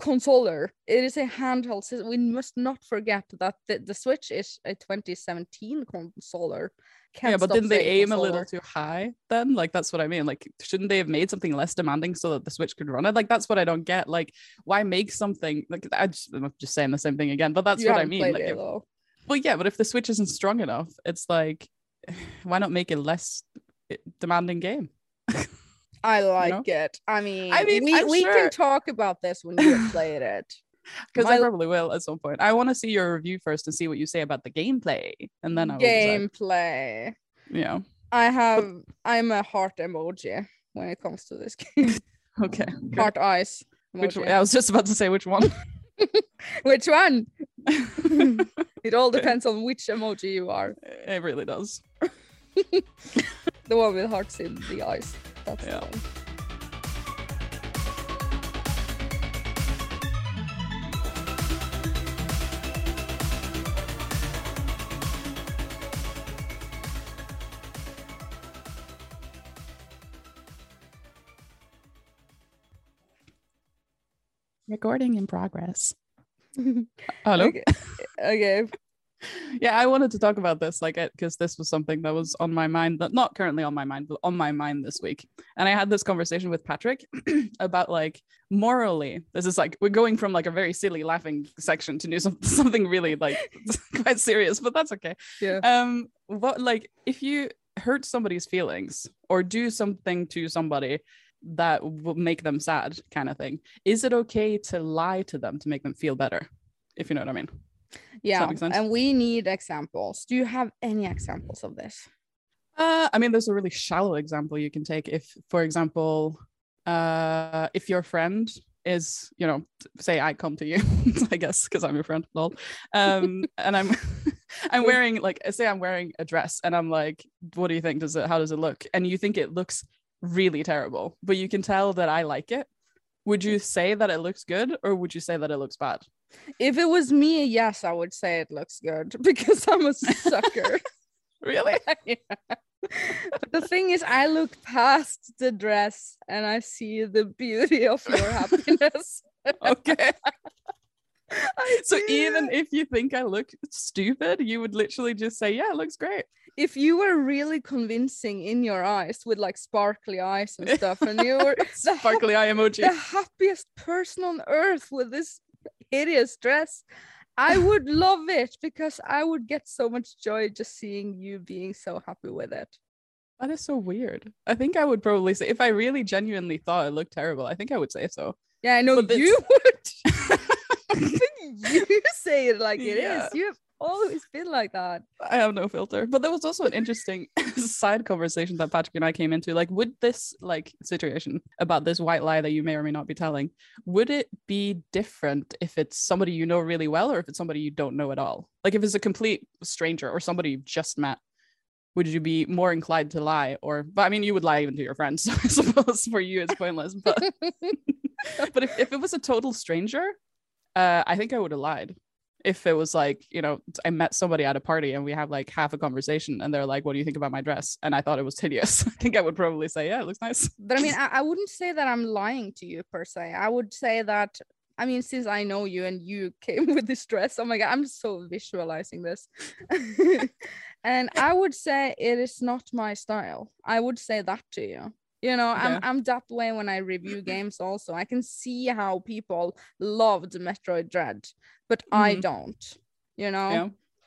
Speaker 1: controller. It is a handheld system. We must not forget that the, the Switch is a 2017 controller.
Speaker 2: yeah,
Speaker 1: Can't
Speaker 2: but
Speaker 1: stop
Speaker 2: didn't they
Speaker 1: saying
Speaker 2: aim a little
Speaker 1: controller.
Speaker 2: too high then? Like that's what I mean. Like shouldn't they have made something less demanding so that the Switch could run it? Like that's what I don't get. Like why make something like I just, I'm just saying the same thing again, but that's
Speaker 1: You
Speaker 2: what I
Speaker 1: haven't
Speaker 2: mean.
Speaker 1: played
Speaker 2: Like
Speaker 1: it,
Speaker 2: if-
Speaker 1: though.
Speaker 2: well, yeah, but if the Switch isn't strong enough, it's like why not make it less eh, demanding game?
Speaker 1: I like
Speaker 2: know?
Speaker 1: it. I mean,
Speaker 2: I mean,
Speaker 1: we,
Speaker 2: I'm
Speaker 1: we
Speaker 2: sure-
Speaker 1: can talk about this when you have played it.
Speaker 2: Because I
Speaker 1: My-
Speaker 2: probably will at some point. I want to see your review first and see what you say about the gameplay, and then I will decide,
Speaker 1: Gameplay.
Speaker 2: you know.
Speaker 1: I have. I'm a heart emoji when it comes to this game.
Speaker 2: Okay. good.
Speaker 1: heart eyes.
Speaker 2: Which
Speaker 1: emoji.
Speaker 2: I was just about to say which one.
Speaker 1: Which one?
Speaker 2: it
Speaker 1: It all depends on which emoji you are.
Speaker 2: really does.
Speaker 1: The one with hearts in the eyes. That's
Speaker 2: Yeah.
Speaker 1: the one.
Speaker 2: Recording in progress. Hello.
Speaker 1: Okay. okay.
Speaker 2: Yeah, I wanted to talk about this, like, because this was something that was on my mind, but not currently on my mind, but on my mind this week. And I had this conversation with Patrick about like morally. This is like we're going from like a very silly laughing section to do some, something really like quite serious, but that's okay.
Speaker 1: Yeah.
Speaker 2: um what like if you hurt somebody's feelings or do something to somebody that will make them sad kind of thing is it okay to lie to them to make them feel better if you know what i mean
Speaker 1: Yeah.
Speaker 2: make sense?
Speaker 1: And we need examples. Do you have any examples of this?
Speaker 2: uh i mean there's a really shallow example you can take if for example uh if your friend is you know t- say i come to you i guess because i'm your friend lol um and i'm i'm wearing like say i'm wearing a dress and i'm like what do you think does it how does it look and you think it looks really terrible but you can tell that i like it would you say that it looks good or would you say that it looks bad
Speaker 1: If it was me, yes, I would say it looks good because I'm a sucker.
Speaker 2: really
Speaker 1: Yeah. But the thing is, I look past the dress and I see the beauty of your happiness.
Speaker 2: okay
Speaker 1: I
Speaker 2: so
Speaker 1: do.
Speaker 2: even if you think i look stupid you would literally just say yeah it looks great
Speaker 1: if you were really convincing in your eyes with like sparkly eyes and stuff, and you were the, hap-
Speaker 2: sparkly eye emoji
Speaker 1: the happiest person on earth with this hideous dress, I would love it because I would get so much joy just seeing you being so happy with it.
Speaker 2: that is so weird i think i would probably say if i really genuinely thought it looked terrible i think i would say so
Speaker 1: Yeah, I know
Speaker 2: But that's-
Speaker 1: you would. you say it like it is.
Speaker 2: Yeah.
Speaker 1: You have always been like that.
Speaker 2: I have no filter. But there was also an interesting side conversation that Patrick and I came into. Like, would this like situation about this white lie that you may or may not be telling, would it be different if it's somebody you know really well or if it's somebody you don't know at all? Like if it's a complete stranger or somebody you've just met, would you be more inclined to lie? Or but I mean you would lie even to your friends, so I suppose for you it's pointless. But but if, if it was a total stranger, uh, I think I would have lied. If it was like, you know, I met somebody at a party and we have like half a conversation and they're like, what do you think about my dress? And I thought it was hideous. I think I would probably say, yeah, it looks nice.
Speaker 1: But I mean, I, I wouldn't say that I'm lying to you per se. I would say that, I mean, since I know you and you came with this dress, oh my God, I'm so visualizing this. and I would say it is not my style. I would say that to you. You know, I'm,
Speaker 2: Okay.
Speaker 1: I'm that way when I review games, also. I can see how people loved Metroid Dread, but I
Speaker 2: Mhm.
Speaker 1: don't, you know?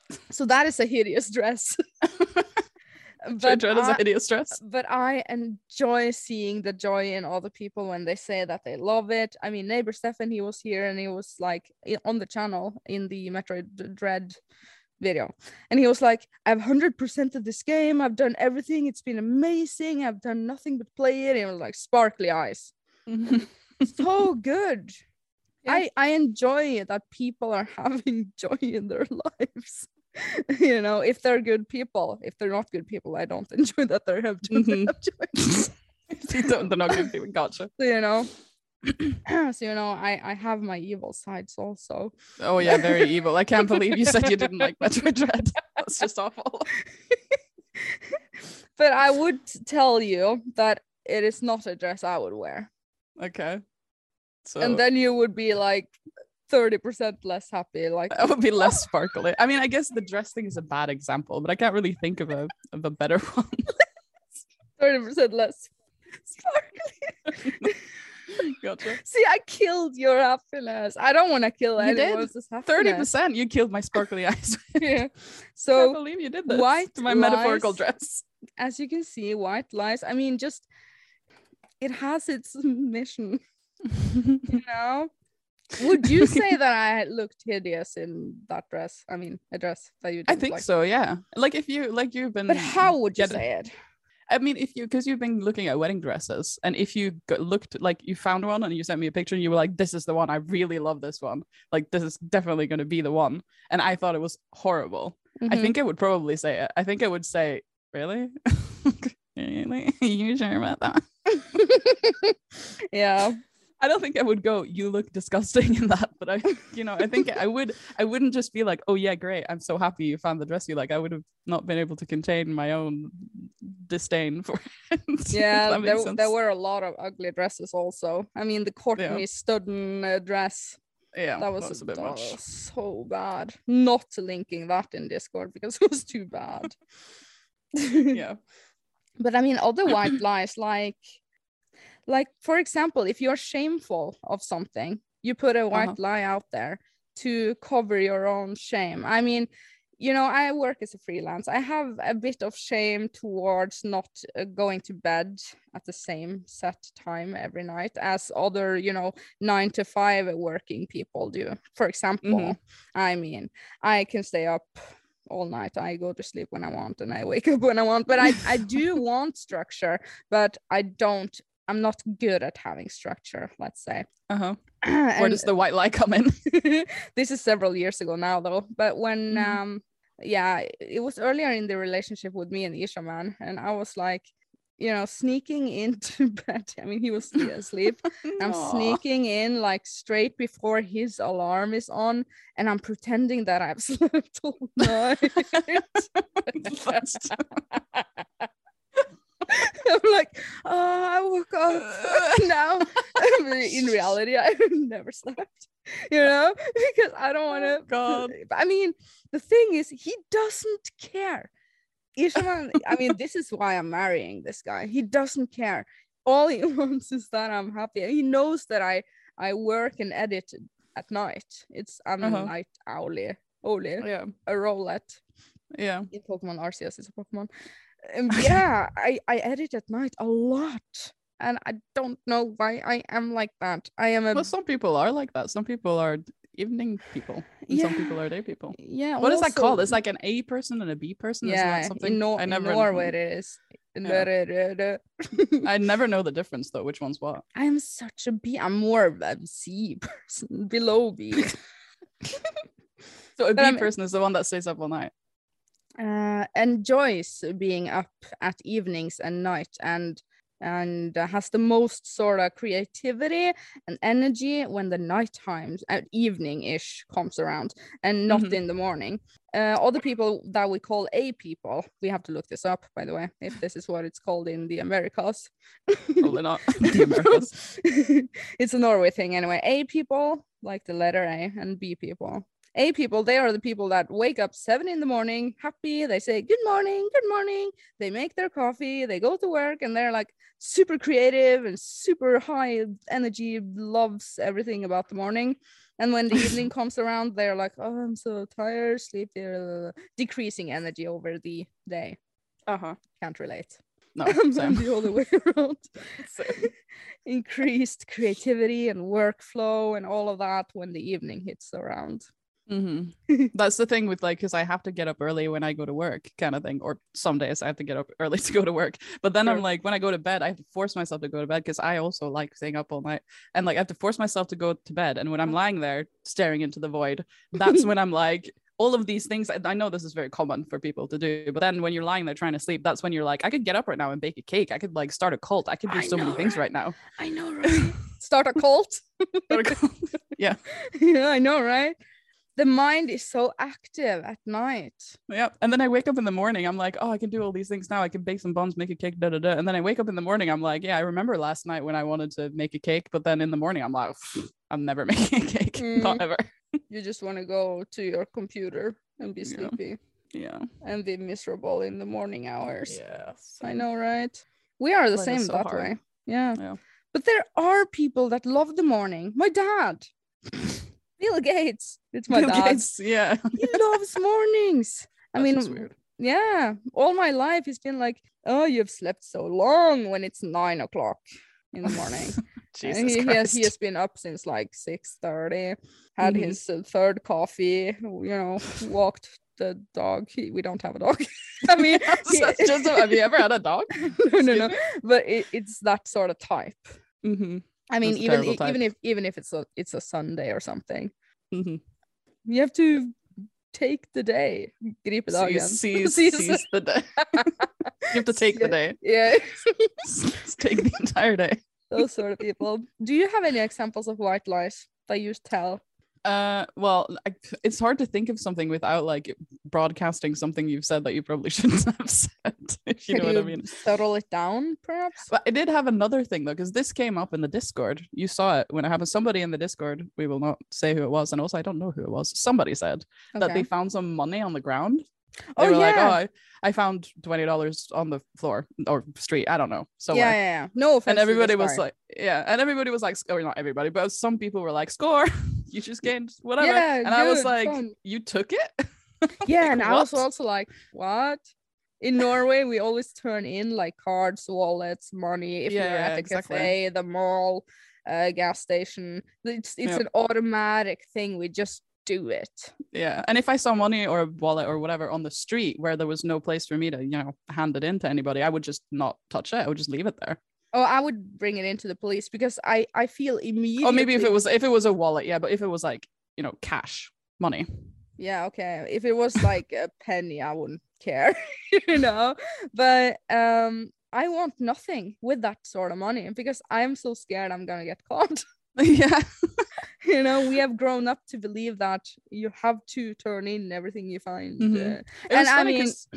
Speaker 2: Yeah.
Speaker 1: So that is a hideous dress.
Speaker 2: But
Speaker 1: but
Speaker 2: dread is
Speaker 1: I-
Speaker 2: a hideous dress.
Speaker 1: but I enjoy seeing the joy in other people when they say that they love it. I mean, neighbor Stefan, he was here and he was like i- on the channel in the Metroid Dread video, and he was like, "I've hundred percent of this game. I've done everything. It's been amazing. I've done nothing but play it." And it was like sparkly eyes, so Oh, good.
Speaker 2: Yeah.
Speaker 1: I I enjoy that people are having joy in their lives. you know, if they're good people. If they're not good people, I don't enjoy that they have joy.
Speaker 2: Mhm.
Speaker 1: have joy.
Speaker 2: If you don't, they're not good people. Gotcha.
Speaker 1: so you know so you know i i have my evil sides also
Speaker 2: Oh yeah, very evil. I can't believe you said you didn't like Metroid Dread. That's just awful.
Speaker 1: but i would tell you that it is not a dress i would wear
Speaker 2: Okay. So
Speaker 1: and then you would be like 30% less happy. Like,
Speaker 2: that would be less sparkly. I mean, I guess the dress thing is a bad example, but I can't really think of a of a better one.
Speaker 1: 30% less sparkly.
Speaker 2: gotcha.
Speaker 1: See, I killed your happiness. I don't want to kill
Speaker 2: You did.
Speaker 1: anyone else's
Speaker 2: Thirty
Speaker 1: happiness.
Speaker 2: percent. You killed my sparkly eyes.
Speaker 1: Yeah.
Speaker 2: I can't
Speaker 1: So,
Speaker 2: believe you did this
Speaker 1: white
Speaker 2: to my
Speaker 1: lies-
Speaker 2: metaphorical dress.
Speaker 1: as you can see, white lies. I mean, just it has its mission, you know. Would you say that I looked hideous in that dress? I mean, a dress that you.
Speaker 2: I
Speaker 1: didn't
Speaker 2: think
Speaker 1: like.
Speaker 2: so. Yeah. Like if you like you've been.
Speaker 1: But how would you
Speaker 2: get it.
Speaker 1: say it?
Speaker 2: I mean, if you because you've been looking at wedding dresses, and if you go, looked like you found one and you sent me a picture, and you were like, "This is the one. I really love this one. Like this is definitely going to be the one." And I thought it was horrible. I
Speaker 1: Mhm.
Speaker 2: think I would probably say it. I think I would say, "Really? really? you sure about that?"
Speaker 1: yeah.
Speaker 2: I don't think I would go, "You look disgusting in that," but I, you know, I think I would. I wouldn't just be like, "Oh yeah, great. I'm so happy you found the dress you like." I would have not been able to contain my own disdain for it. if
Speaker 1: Yeah,
Speaker 2: that
Speaker 1: there,
Speaker 2: makes
Speaker 1: there
Speaker 2: sense.
Speaker 1: were a lot of ugly dresses also. I mean, the Courtney Studden uh, dress
Speaker 2: yeah,
Speaker 1: that was,
Speaker 2: a bit
Speaker 1: that
Speaker 2: much.
Speaker 1: was so bad. Not linking that in Discord because it was too bad.
Speaker 2: Yeah.
Speaker 1: But I mean, other white lies like, like for example, if you're shameful of something, you put a white
Speaker 2: Uh-huh.
Speaker 1: lie out there to cover your own shame. I mean, you know, I work as a freelance. I have a bit of shame towards not uh, going to bed at the same set time every night as other, you know, nine to five working people do. For example, I mean, I can stay up all night. I go to sleep when I want and I wake up when I want, but I, I do want structure, but I don't, I'm not good at having structure, let's say.
Speaker 2: Uh huh. Where
Speaker 1: And-
Speaker 2: does the white lie come in?
Speaker 1: this is several years ago now though but when
Speaker 2: Mhm.
Speaker 1: um yeah it was earlier in the relationship with me and isha man and i was like you know sneaking into bed i mean he was still asleep i'm
Speaker 2: Aw.
Speaker 1: sneaking in like straight before his alarm is on and i'm pretending that i've slept all night
Speaker 2: That's
Speaker 1: i'm like oh i woke up now in reality i never slept you know because i don't want to
Speaker 2: Oh God.
Speaker 1: But I mean, the thing is, he doesn't care. Ishman, I mean, this is why I'm marrying this guy. He doesn't care. All he wants is that I'm happy. He knows that I I work and edit at night. It's I'm
Speaker 2: Uh-huh.
Speaker 1: a night owl, Ole,
Speaker 2: Yeah.
Speaker 1: a roulette
Speaker 2: Yeah.
Speaker 1: in Pokemon Arceus is a Pokemon. Um, yeah, I, I edit at night a lot. And I don't know why I am like that. I am a
Speaker 2: Well, some people are like that. Some people are evening people. And Some people
Speaker 1: Yeah.
Speaker 2: are day people.
Speaker 1: yeah.
Speaker 2: What is that called?
Speaker 1: also-
Speaker 2: It's like an A person and a B person. Isn't that
Speaker 1: Yeah,
Speaker 2: something?
Speaker 1: in, Nor-
Speaker 2: I never
Speaker 1: in Norway it is.
Speaker 2: Yeah.
Speaker 1: Da-da-da-da.
Speaker 2: I never know the difference though. Which one's what?
Speaker 1: I'm such a B. I'm more of a C person, below B.
Speaker 2: So a B
Speaker 1: But I'm-
Speaker 2: person is the one that stays up all night.
Speaker 1: uh, enjoys being up at evenings and night, and and uh, has the most sort of creativity and energy when the night times at evening ish comes around, and not
Speaker 2: Mhm.
Speaker 1: in the morning. Uh, other people that we call A people, we have to look this up, by the way, if this is what it's called in the Americas.
Speaker 2: Probably not. the Americans.
Speaker 1: it's a Norway thing anyway. A people, like the letter A, and B people. A people, they are the people that wake up seven in the morning, happy. They say, Good morning, good morning. They make their coffee, they go to work, and they're like super creative and super high energy, loves everything about the morning. And when the evening comes around, they're like, Oh, I'm so tired, sleepy, blah, blah, blah," decreasing energy over the day.
Speaker 2: Uh huh.
Speaker 1: Can't relate.
Speaker 2: No.
Speaker 1: Uh-huh. I'm
Speaker 2: Same.
Speaker 1: the other way around
Speaker 2: Same.
Speaker 1: increased creativity and workflow and all of that when the evening hits around.
Speaker 2: Mm-hmm. That's the thing with like, because I have to get up early when I go to work, kind of thing. Or some days I have to get up early to go to work. But then I'm
Speaker 1: Sure.
Speaker 2: like, when I go to bed, I have to force myself to go to bed because I also like staying up all night. And like, I have to force myself to go to bed. And when
Speaker 1: Mm.
Speaker 2: I'm lying there staring into the void, that's when I'm like, all of these things. I I know this is very common for people to do. But then when you're lying there trying to sleep, that's when you're like, I could get up right now and bake a cake. I could like start a cult. I could do
Speaker 1: I
Speaker 2: so many
Speaker 1: know,
Speaker 2: things right now.
Speaker 1: I know, right? Start a cult.
Speaker 2: Start a cult.
Speaker 1: yeah, I know, right? the mind is so active at night.
Speaker 2: Yeah. And then I wake up in the morning. I'm like, oh, I can do all these things now. I can bake some buns, make a cake, da da da. And then I wake up in the morning. I'm like, yeah, I remember last night when I wanted to make a cake, but then in the morning I'm like, I'm never making a cake,
Speaker 1: Mm.
Speaker 2: not ever.
Speaker 1: You just want to go to your computer and be
Speaker 2: Yeah.
Speaker 1: sleepy
Speaker 2: Yeah.
Speaker 1: and be miserable in the morning hours.
Speaker 2: Yes.
Speaker 1: I know, right? We are the
Speaker 2: But it's
Speaker 1: same
Speaker 2: so
Speaker 1: that
Speaker 2: hard.
Speaker 1: way. Yeah.
Speaker 2: Yeah.
Speaker 1: But there are people that love the morning. My dad, Bill Gates. It's my
Speaker 2: Bill
Speaker 1: dad.
Speaker 2: Gates, yeah.
Speaker 1: He loves mornings. I
Speaker 2: That's
Speaker 1: mean, uh,
Speaker 2: just weird.
Speaker 1: yeah, all my life he's been like, oh, you've slept so long when it's nine o'clock in the morning. And
Speaker 2: Jesus
Speaker 1: he, he has,
Speaker 2: Christ.
Speaker 1: he has been up since like 6.30, had
Speaker 2: Mhm.
Speaker 1: his uh, third coffee, you know, walked the dog. He, we don't have a dog. I mean,
Speaker 2: That's-
Speaker 1: he-
Speaker 2: that's just- have you ever had a dog?
Speaker 1: no, no, no. But it, it's that sort of type.
Speaker 2: Mm-hmm.
Speaker 1: I mean,
Speaker 2: That's a
Speaker 1: even
Speaker 2: terrible
Speaker 1: e-
Speaker 2: type.
Speaker 1: even if even if it's a it's a Sunday or something,
Speaker 2: Mm-hmm.
Speaker 1: you have to take the day. Gripe
Speaker 2: So you
Speaker 1: dagen.
Speaker 2: seize,
Speaker 1: Seize-
Speaker 2: seize the day. you have to take the day.
Speaker 1: yeah,
Speaker 2: Just take the entire day.
Speaker 1: those sort of people. Do you have any examples of white lies that you tell?
Speaker 2: Uh, well, I, it's hard to think of something without like broadcasting something you've said that you probably shouldn't have said. If you
Speaker 1: Can
Speaker 2: know what I mean.
Speaker 1: settle it down, perhaps?
Speaker 2: But I did have another thing though, because this came up in the Discord. You saw it when it happened. Somebody in the Discord, we will not say who it was, and also I don't know who it was. Somebody said that they
Speaker 1: Okay.
Speaker 2: found some money on the ground. They
Speaker 1: Oh,
Speaker 2: were like,
Speaker 1: yeah.
Speaker 2: "Oh, I, I found twenty dollars on the floor or street. I don't know somewhere."
Speaker 1: yeah, yeah, yeah. No offense. to
Speaker 2: and
Speaker 1: this
Speaker 2: everybody was
Speaker 1: guy.
Speaker 2: like, "Yeah," and everybody was like, "Or not everybody, but some people were like, score, you just gained whatever."
Speaker 1: Yeah,
Speaker 2: and I was
Speaker 1: good,
Speaker 2: like,
Speaker 1: fun.
Speaker 2: "You took it?"
Speaker 1: yeah,
Speaker 2: like,
Speaker 1: and I was
Speaker 2: "What?"
Speaker 1: also like, what? In Norway, we always turn in like cards, wallets, money. If you're
Speaker 2: Yeah,
Speaker 1: at the
Speaker 2: exactly.
Speaker 1: cafe, the mall, uh, gas station, it's it's
Speaker 2: Yep.
Speaker 1: an automatic thing. We just do it.
Speaker 2: yeah. And if I saw money or a wallet or whatever on the street where there was no place for me to, you know, hand it in to anybody, I would just not touch it. I would just leave it there.
Speaker 1: Oh, I would bring it into the police because I I feel immediately.
Speaker 2: Or maybe if it was if it was a wallet, yeah. But if it was like, you know, cash, money,
Speaker 1: Yeah, okay. If it was like a penny, I wouldn't care, you know. But um I want nothing with that sort of money because I'm so scared I'm gonna get caught.
Speaker 2: yeah,
Speaker 1: you know, we have grown up to believe that you have to turn in everything you find.
Speaker 2: Mhm.
Speaker 1: uh,
Speaker 2: It was
Speaker 1: And I
Speaker 2: funny
Speaker 1: mean-
Speaker 2: 'cause-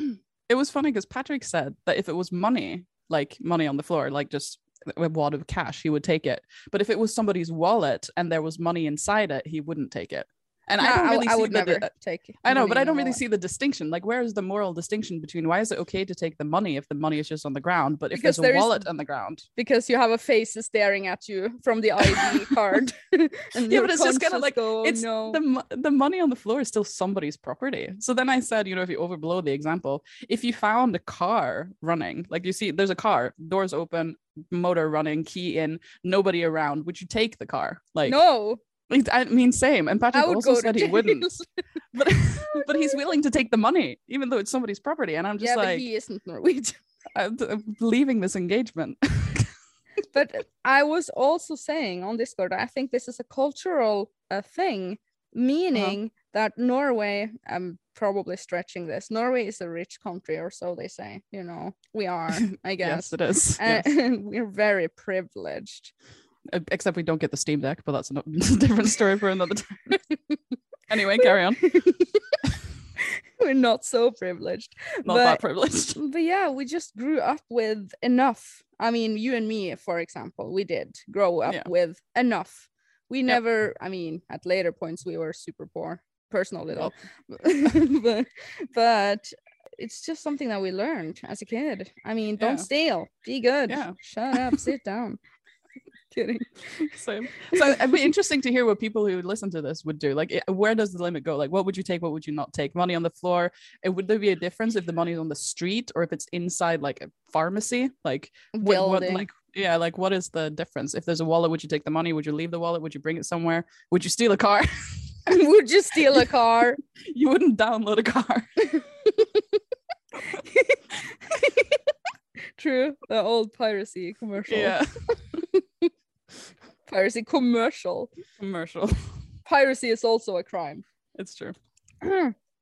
Speaker 2: it was funny because Patrick said that if it was money, like money on the floor, like just a wad of cash, he would take it. But if it was somebody's wallet and there was money inside it, he wouldn't take it. And I
Speaker 1: no,
Speaker 2: don't really
Speaker 1: I,
Speaker 2: see
Speaker 1: would
Speaker 2: the. di-
Speaker 1: never take.
Speaker 2: I know,
Speaker 1: money
Speaker 2: but I
Speaker 1: in
Speaker 2: don't
Speaker 1: my
Speaker 2: really
Speaker 1: wallet.
Speaker 2: see the distinction. Like, where is the moral distinction between why is it okay to take the money if the money is just on the ground, but if
Speaker 1: Because
Speaker 2: there's a
Speaker 1: there is-
Speaker 2: wallet on the ground?
Speaker 1: because you have a face staring at you from the ID card. and
Speaker 2: Yeah, but it's just kinda like, it's
Speaker 1: it's no.
Speaker 2: the mo- the money on the floor is still somebody's property. So then I said, you know, if you overblow the example, if you found a car running, like you see, there's a car, doors open, motor running, key in, nobody around, would you take the car? Like,
Speaker 1: no,
Speaker 2: it- I mean, same. And Patrick
Speaker 1: I would
Speaker 2: also
Speaker 1: go
Speaker 2: said
Speaker 1: to
Speaker 2: he
Speaker 1: jail.
Speaker 2: wouldn't, but but he's willing to take the money, even though it's somebody's property. And I'm just
Speaker 1: yeah, but
Speaker 2: like,
Speaker 1: he isn't Norwegian.
Speaker 2: I'm, I'm leaving this engagement.
Speaker 1: but I was also saying on Discord, I think this is a cultural uh, thing,
Speaker 2: Uh-huh.
Speaker 1: meaning that Norway, I'm probably stretching this, Norway is a rich country, or so they say. You know, we are, I
Speaker 2: yes,
Speaker 1: guess.
Speaker 2: it is.
Speaker 1: And
Speaker 2: Yes.
Speaker 1: we're very privileged.
Speaker 2: Uh, Except we don't get the Steam Deck, but that's a different story for another time. anyway, carry on.
Speaker 1: we're not so privileged.
Speaker 2: not
Speaker 1: but
Speaker 2: that privileged.
Speaker 1: but yeah, we just grew up with enough. I mean, you and me, for example, we did grow up
Speaker 2: Yeah.
Speaker 1: with enough. We
Speaker 2: Yep.
Speaker 1: never, I mean, at later points, we were super poor, personally,
Speaker 2: Yep.
Speaker 1: though. but, but it's just something that we learned as a kid. I mean, don't
Speaker 2: Yeah.
Speaker 1: steal, be good,
Speaker 2: Yeah.
Speaker 1: shut up, sit down. Kidding.
Speaker 2: Same. So it'd be interesting to hear what people who listen to this would do. Like, i- where does the limit go? Like, what would you take? What would you not take? Money on the floor. It, would there be a difference if the money's on the street or if it's inside like a pharmacy? Like, what, what
Speaker 1: Building.
Speaker 2: like, yeah, like what is the difference? If there's a wallet, would you take the money? Would you leave the wallet? Would you bring it somewhere? Would you steal a car?
Speaker 1: would you steal a car?
Speaker 2: you wouldn't download a car.
Speaker 1: True. The old piracy commercial.
Speaker 2: Yeah.
Speaker 1: Piracy commercial.
Speaker 2: Commercial.
Speaker 1: Piracy is also a crime.
Speaker 2: It's true.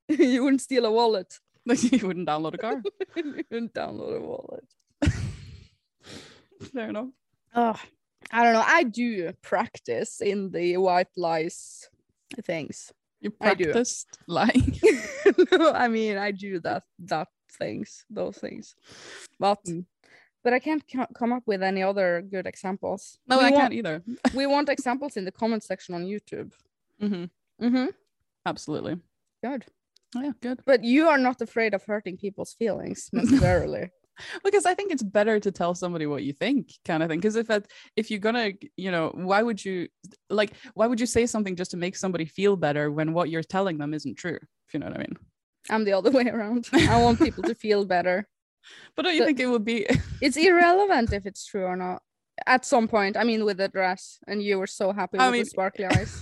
Speaker 1: you wouldn't steal a wallet.
Speaker 2: you wouldn't download a car.
Speaker 1: you wouldn't download a wallet.
Speaker 2: Fair enough.
Speaker 1: Oh, I don't know. I do practice in the white lies things.
Speaker 2: You
Speaker 1: I do.
Speaker 2: practiced lying.
Speaker 1: no, I mean I do that that things those things, but
Speaker 2: Mm.
Speaker 1: but I can't co- come up with any other good examples.
Speaker 2: No,
Speaker 1: we
Speaker 2: I
Speaker 1: want,
Speaker 2: can't either.
Speaker 1: We want examples in the comment section on YouTube.
Speaker 2: hmm
Speaker 1: Mm-hmm.
Speaker 2: Absolutely.
Speaker 1: Good,
Speaker 2: Yeah, good.
Speaker 1: but you are not afraid of hurting people's feelings necessarily.
Speaker 2: because I think it's better to tell somebody what you think, kind of thing. Because if that, if you're gonna, you know, why would you like? Why would you say something just to make somebody feel better when what you're telling them isn't true? If you know what I mean.
Speaker 1: I'm the other way around. I want people to feel better.
Speaker 2: But don't you
Speaker 1: But-
Speaker 2: think it would be?
Speaker 1: It's irrelevant if it's true or not. At some point, I mean, with the dress, and you were so happy with
Speaker 2: I mean-
Speaker 1: the sparkly eyes.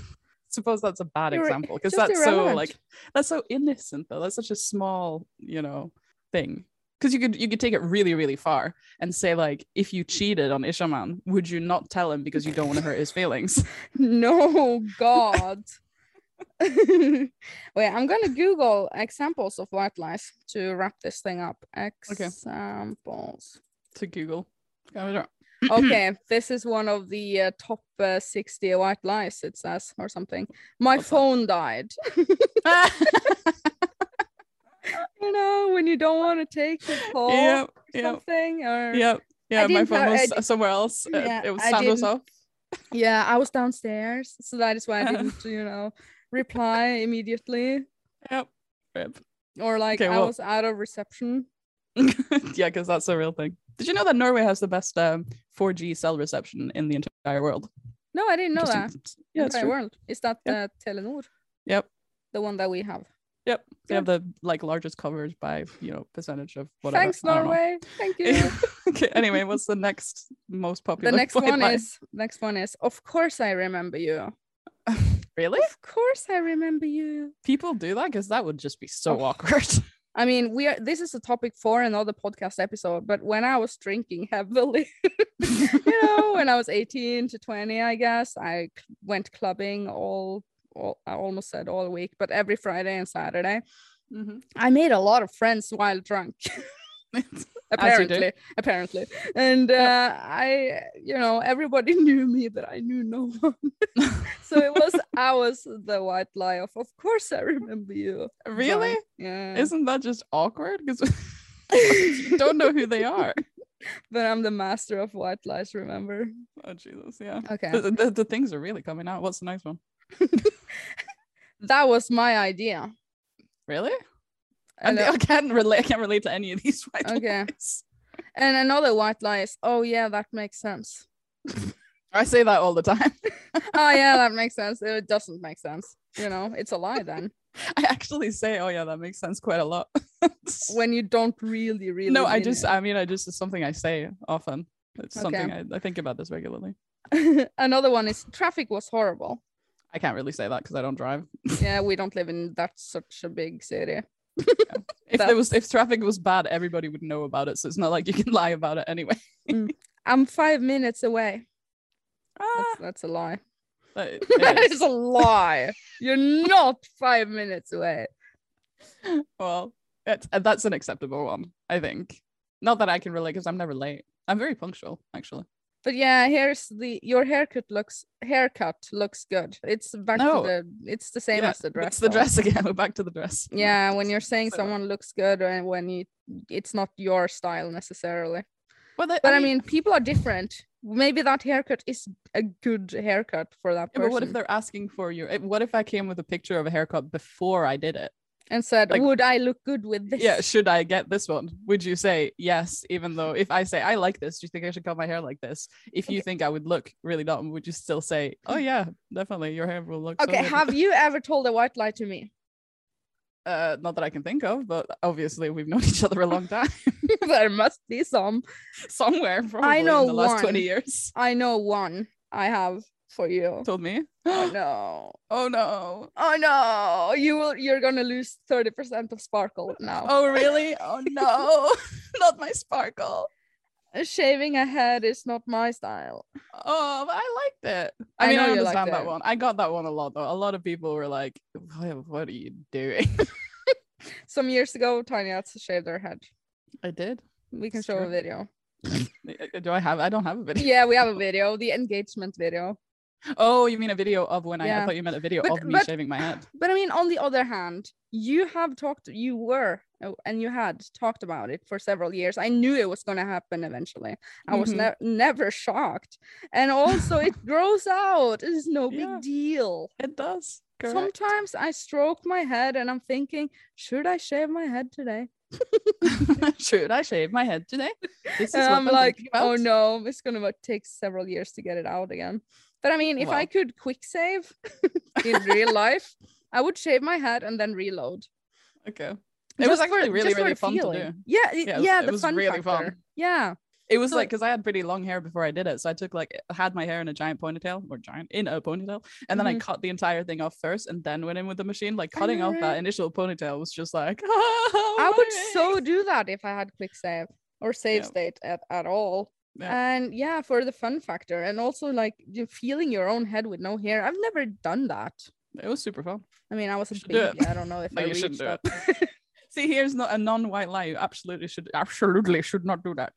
Speaker 2: suppose that's a bad
Speaker 1: You're-
Speaker 2: example because
Speaker 1: just
Speaker 2: that's so
Speaker 1: irrelevant.
Speaker 2: like that's so innocent though. That's such a small, you know, thing. Because you could you could take it really really far and say like, if you cheated on Ishaman, would you not tell him because you don't want to hurt his feelings?
Speaker 1: No, God. Wait, I'm gonna Google examples of white lies to wrap this thing up. Examples.
Speaker 2: to Google. I don't-
Speaker 1: Okay, this is one of the uh, top uh, 60 white lies, it says, or something. My
Speaker 2: What's that?
Speaker 1: phone died. You know, when you don't want to take the call
Speaker 2: Yep,
Speaker 1: or
Speaker 2: yep.
Speaker 1: something, or
Speaker 2: Yep. Yeah, my
Speaker 1: didn't
Speaker 2: phone
Speaker 1: know- I
Speaker 2: was somewhere else. Uh,
Speaker 1: Yeah,
Speaker 2: it was
Speaker 1: I
Speaker 2: sound was
Speaker 1: didn't-
Speaker 2: off.
Speaker 1: yeah, I was downstairs, so that is why I
Speaker 2: Uh-huh.
Speaker 1: didn't, you know, reply immediately,
Speaker 2: Yep. Rip.
Speaker 1: or like
Speaker 2: Okay,
Speaker 1: I
Speaker 2: well-
Speaker 1: was out of reception.
Speaker 2: yeah, because that's a real thing. Did you know that Norway has the best um, 4G cell reception in the entire world?
Speaker 1: No, I didn't know
Speaker 2: Just in-
Speaker 1: that.
Speaker 2: Yeah, it's
Speaker 1: entire
Speaker 2: true.
Speaker 1: world. Is that
Speaker 2: Yeah.
Speaker 1: uh, Telenor?
Speaker 2: Yep.
Speaker 1: The one that we have.
Speaker 2: Yep.
Speaker 1: Yeah.
Speaker 2: They have the like largest coverage by you know percentage of whatever.
Speaker 1: Thanks,
Speaker 2: I don't know.
Speaker 1: Norway. Thank you.
Speaker 2: okay. Anyway, what's the next most
Speaker 1: the
Speaker 2: popular?
Speaker 1: next
Speaker 2: white
Speaker 1: one
Speaker 2: lie?
Speaker 1: is next one is of course I remember you.
Speaker 2: really
Speaker 1: Of course I remember you.
Speaker 2: people do that because that would just be so
Speaker 1: Oh.
Speaker 2: awkward.
Speaker 1: I mean, we are this is a topic for another podcast episode, but when I was drinking heavily, you know, when I was 18 to 20, I guess, I c- went clubbing all, all I almost said all week, but every Friday and Saturday.
Speaker 2: Mhm.
Speaker 1: I made a lot of friends while drunk.
Speaker 2: As you do.
Speaker 1: apparently apparently and uh, i you know everybody knew me but i knew no one so it was i was the white lie of of course i remember you
Speaker 2: Really?
Speaker 1: Drunk. yeah
Speaker 2: Isn't that just awkward? Because you don't know who they are.
Speaker 1: but i'm the master of white lies remember
Speaker 2: Oh Jesus, yeah.
Speaker 1: okay
Speaker 2: The, the, the things are really coming out. What's the next one?
Speaker 1: that was my idea
Speaker 2: Really? I,
Speaker 1: and,
Speaker 2: I can't relate. I can't relate to any of these. White
Speaker 1: uh, okay
Speaker 2: lies.
Speaker 1: and another white lie is oh yeah that makes sense
Speaker 2: I say that all the time.
Speaker 1: oh yeah that makes sense it doesn't make sense you know it's a lie then
Speaker 2: I actually say, "Oh yeah, that makes sense," quite a lot.
Speaker 1: when you don't really really
Speaker 2: no, I
Speaker 1: mean
Speaker 2: just,
Speaker 1: it.
Speaker 2: I mean, I just it's something I say often. It's
Speaker 1: Okay.
Speaker 2: something I, I think about this regularly.
Speaker 1: another one is traffic was horrible
Speaker 2: I can't really say that because I don't drive.
Speaker 1: yeah we don't live in that such a big city
Speaker 2: If there was, if traffic was bad, everybody would know about it. So it's not like you can lie about it anyway.
Speaker 1: i'm five minutes away
Speaker 2: Ah,
Speaker 1: that's, that's a lie
Speaker 2: but it-
Speaker 1: that
Speaker 2: it is.
Speaker 1: is a lie you're not five minutes away
Speaker 2: well, that's uh, that's an acceptable one, I think. Not that I can relate because I'm never late. I'm very punctual, actually.
Speaker 1: but yeah here's the your haircut looks haircut looks good it's back
Speaker 2: No.
Speaker 1: to the it's the same
Speaker 2: Yeah,
Speaker 1: as the dress
Speaker 2: it's the
Speaker 1: though.
Speaker 2: dress again. We're back to the dress.
Speaker 1: yeah when you're saying
Speaker 2: So-
Speaker 1: someone looks good and when you it's not your style necessarily
Speaker 2: Well, they-
Speaker 1: but i mean people are different maybe that haircut is a good haircut for that
Speaker 2: yeah,
Speaker 1: person
Speaker 2: but what if they're asking for your? eh, What if I came with a picture of a haircut before I did it?
Speaker 1: and said
Speaker 2: like-
Speaker 1: would i look good with this
Speaker 2: Yeah, should I get this one? Would you say yes? Even though if I say I like this, do you think I should cut my hair like this? If you think I would look really dumb, would you still say, "Oh yeah, definitely, your hair will look"? so
Speaker 1: Mm. Okay,
Speaker 2: good."
Speaker 1: have you ever told a white lie to me?
Speaker 2: uh, not that I can think of, but obviously we've known each other a long time.
Speaker 1: there must be some.
Speaker 2: somewhere probably
Speaker 1: know
Speaker 2: in the last
Speaker 1: one.
Speaker 2: 20 years
Speaker 1: I know one I have for you.
Speaker 2: told me
Speaker 1: Oh no.
Speaker 2: oh no
Speaker 1: Oh no. You will you're gonna lose 30% of sparkle now.
Speaker 2: oh really oh no not my sparkle
Speaker 1: Shaving a head is not my style.
Speaker 2: oh but i liked it
Speaker 1: I
Speaker 2: i mean
Speaker 1: know
Speaker 2: i,
Speaker 1: you liked
Speaker 2: understand that
Speaker 1: it.
Speaker 2: one i got that one a lot though a lot of people were like "Wha- what are you doing
Speaker 1: Some years ago, Tiny had to shave their head.
Speaker 2: i did
Speaker 1: We can
Speaker 2: It's
Speaker 1: show a
Speaker 2: true.
Speaker 1: video.
Speaker 2: Eh, do i have i don't have a video
Speaker 1: Yeah, we have a video, the engagement video.
Speaker 2: Oh, you mean a video of when I,
Speaker 1: Yeah.
Speaker 2: I thought you meant a video
Speaker 1: But-
Speaker 2: of me
Speaker 1: but-
Speaker 2: shaving my head.
Speaker 1: But I mean, on the other hand, you have talked, you were, oh, and you had talked about it for several years. I knew it was going to happen eventually. I was
Speaker 2: Mhm.
Speaker 1: ne- never shocked. And also, it grows out. It's no big
Speaker 2: Yeah.
Speaker 1: deal.
Speaker 2: It does. Correct.
Speaker 1: Sometimes I stroke my head and I'm thinking, should I shave my head today?
Speaker 2: Should I shave my head today? This
Speaker 1: And
Speaker 2: what
Speaker 1: I'm like,
Speaker 2: thinking
Speaker 1: oh
Speaker 2: about.
Speaker 1: no, it's going to take several years to get it out again. But I mean, if I
Speaker 2: Well.
Speaker 1: could quick save in real life, I would shave my head and then reload.
Speaker 2: Okay. It was
Speaker 1: Just for-
Speaker 2: actually really,
Speaker 1: just for
Speaker 2: really
Speaker 1: the
Speaker 2: fun to
Speaker 1: feeling.
Speaker 2: do.
Speaker 1: Yeah, it,
Speaker 2: Yeah,
Speaker 1: yeah,
Speaker 2: it was- it
Speaker 1: the
Speaker 2: was
Speaker 1: fun
Speaker 2: really
Speaker 1: factor.
Speaker 2: fun.
Speaker 1: Yeah,
Speaker 2: It was
Speaker 1: So-
Speaker 2: like because I had pretty long hair before I did it, so I took like I had my hair in a giant ponytail or giant in a ponytail, and then I
Speaker 1: Mhm.
Speaker 2: cut the entire thing off first, and then went in with the machine. Like
Speaker 1: I
Speaker 2: cutting
Speaker 1: know,
Speaker 2: off that
Speaker 1: right?
Speaker 2: initial ponytail was just like Oh,
Speaker 1: I would so do that if I had quick save or save
Speaker 2: Yeah.
Speaker 1: state at, at all.
Speaker 2: Yeah.
Speaker 1: And yeah, for the fun factor, and also like you feeling your own head with no hair. I've never done that.
Speaker 2: It was super fun.
Speaker 1: I mean, I was a
Speaker 2: should do
Speaker 1: baby. I don't know if
Speaker 2: No,
Speaker 1: I
Speaker 2: you shouldn't
Speaker 1: reached
Speaker 2: do
Speaker 1: that.
Speaker 2: See, here's not a non-white lie. You absolutely should, absolutely should not do that.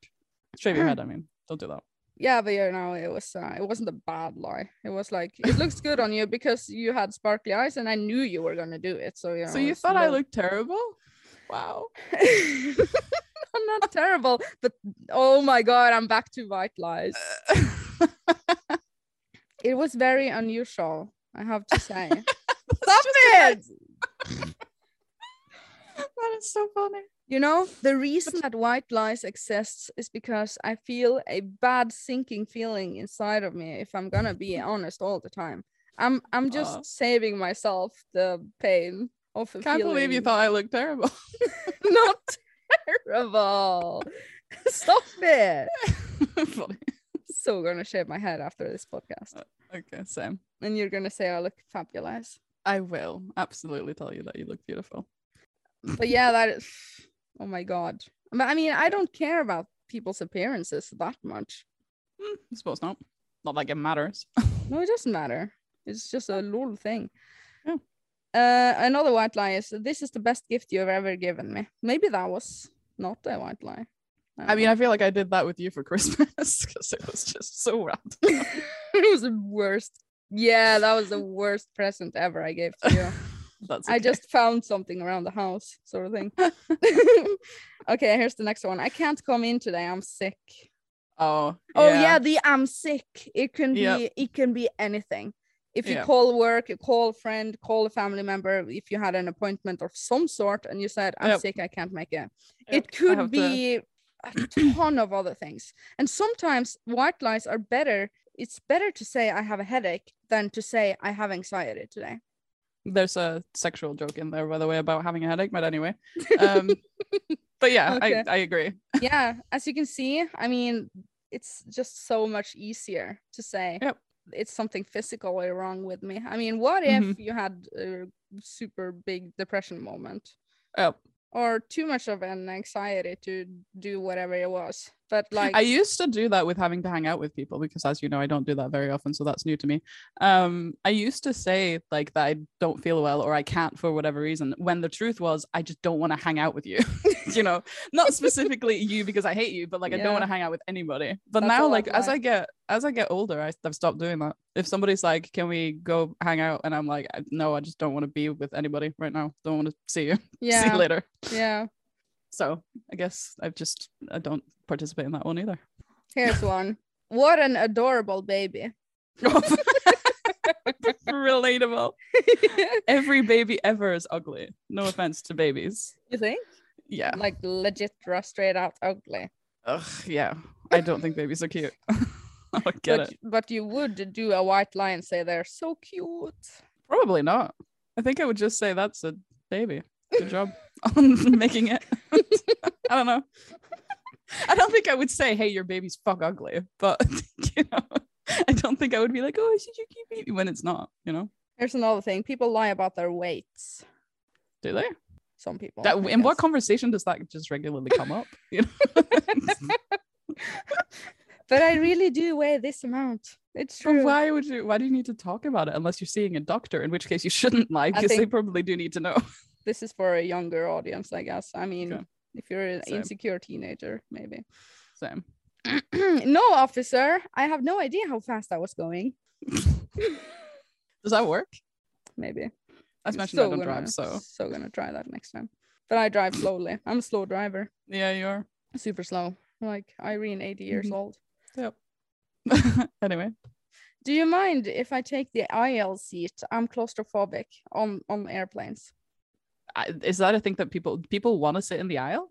Speaker 2: Shave your head. I mean, don't do that.
Speaker 1: Yeah, but you know, it was uh, it wasn't a bad lie. It was like it looks good on you because you had sparkly eyes, and I knew you were gonna do it. So you know,
Speaker 2: so you
Speaker 1: it's
Speaker 2: thought I
Speaker 1: low-
Speaker 2: looked terrible? Wow.
Speaker 1: I'm not terrible, but oh my god, I'm back to white lies. It was very unusual, I have to say.
Speaker 2: Stop
Speaker 1: it!
Speaker 2: That is so funny.
Speaker 1: You know, the reason that white lies exists is because I feel a bad sinking feeling inside of me if I'm gonna be honest all the time. I'm I'm just
Speaker 2: Aw.
Speaker 1: saving myself the pain of a
Speaker 2: Can't believe you
Speaker 1: feeling
Speaker 2: thought I looked terrible.
Speaker 1: not terrible. Stop it.
Speaker 2: funny.
Speaker 1: So gonna shave my head after this podcast.
Speaker 2: Uh. Okay, Sam.
Speaker 1: And you're gonna say I look fabulous.
Speaker 2: I will absolutely tell you that you look beautiful.
Speaker 1: But yeah, that is oh my god. But I mean, I don't care about people's appearances that much.
Speaker 2: Hmm, I suppose not. Not like it matters.
Speaker 1: No, it doesn't matter. It's just a little thing.
Speaker 2: Yeah.
Speaker 1: Uh, another white lie is this is the best gift you've ever given me. Maybe that was not a white lie.
Speaker 2: I mean, I feel like I did that with you for Christmas because it was just so random.
Speaker 1: mean, it was the worst. Yeah, that was the worst present ever I gave to you.
Speaker 2: That's
Speaker 1: I
Speaker 2: okay.
Speaker 1: just found something around the house, sort of thing. okay, here's the next one. I can't come in today. I'm sick.
Speaker 2: oh
Speaker 1: Oh yeah, the I'm sick. It can be
Speaker 2: Yep.
Speaker 1: it can be anything. If you
Speaker 2: Yeah.
Speaker 1: call work, you call a friend, call a family member, if you had an appointment of some sort and you said, I'm
Speaker 2: Yep.
Speaker 1: sick, I can't make it.
Speaker 2: Yep,
Speaker 1: It
Speaker 2: I
Speaker 1: could
Speaker 2: have to-
Speaker 1: be a ton of other things. And sometimes white lies are better. It's better to say I have a headache than to say I have anxiety today.
Speaker 2: There's a sexual joke in there, by the way, about having a headache. But anyway, um, but yeah,
Speaker 1: Okay.
Speaker 2: I, I agree.
Speaker 1: yeah, as you can see, I mean, it's just so much easier to say
Speaker 2: Yep.
Speaker 1: it's something physically wrong with me. I mean, what
Speaker 2: Mm-hmm.
Speaker 1: if you had a super big depression moment
Speaker 2: Oh,
Speaker 1: or too much of an anxiety to do whatever it was? But like,
Speaker 2: I used to do that with having to hang out with people because, as you know, I don't do that very often, so that's new to me. Um, I used to say like that I don't feel well or I can't for whatever reason, when the truth was I just don't want to hang out with you. you know, not specifically you because I hate you, but like I
Speaker 1: Yeah.
Speaker 2: don't want to hang out with anybody. But
Speaker 1: That's
Speaker 2: now,
Speaker 1: a
Speaker 2: like
Speaker 1: lot
Speaker 2: as
Speaker 1: like-
Speaker 2: I get as I get older, I, I've stopped doing that. If somebody's like, "Can we go hang out?" and I'm like, "I- "No, I just don't want to be with anybody right now. Don't want to see you. see you
Speaker 1: yeah,
Speaker 2: later."
Speaker 1: yeah.
Speaker 2: So I guess I've just I don't participate in that one either.
Speaker 1: Here's one. What an adorable baby.
Speaker 2: Relatable.
Speaker 1: you
Speaker 2: Every baby ever is ugly. No offense to babies.
Speaker 1: think?
Speaker 2: Yeah.
Speaker 1: Like legit, raw, straight out ugly.
Speaker 2: Ugh, yeah. I don't think babies are cute. I don't get
Speaker 1: but,
Speaker 2: it.
Speaker 1: but you would do a white lie and say they're so cute.
Speaker 2: Probably not. I think I would just say that's a baby. Good job on making it. I don't know. I don't think I would say, hey, your baby's fuck ugly, but you know, I don't think I would be like, oh, it's such a cute baby when it's not, you know?
Speaker 1: Here's another thing. People lie about their weights.
Speaker 2: Do they?
Speaker 1: Some people.
Speaker 2: That
Speaker 1: I
Speaker 2: in what
Speaker 1: guess.
Speaker 2: conversation does that just regularly come up? You know?
Speaker 1: but I really do weigh this amount. It's
Speaker 2: But
Speaker 1: true.
Speaker 2: why would you why do you need to talk about it unless you're seeing a doctor in which case you shouldn't lie because they
Speaker 1: think-
Speaker 2: probably do need to know
Speaker 1: This is for a younger audience, I guess. I mean,
Speaker 2: Okay.
Speaker 1: if you're an
Speaker 2: Same.
Speaker 1: insecure teenager, maybe.
Speaker 2: sam
Speaker 1: no, officer. I have no idea how fast I was going.
Speaker 2: Does that work?
Speaker 1: Maybe.
Speaker 2: As
Speaker 1: I'm
Speaker 2: mentioned, I
Speaker 1: still
Speaker 2: don't
Speaker 1: gonna-
Speaker 2: drive, so
Speaker 1: so gonna try that next time. But I drive slowly. I'm a slow driver.
Speaker 2: yeah, you are.
Speaker 1: Super slow. Like Irene, 80 years
Speaker 2: Mhm.
Speaker 1: old.
Speaker 2: Yep. anyway,
Speaker 1: Do you mind if I take the IL seat? I'm claustrophobic on on airplanes.
Speaker 2: I, is that a thing that people people want to sit in the aisle?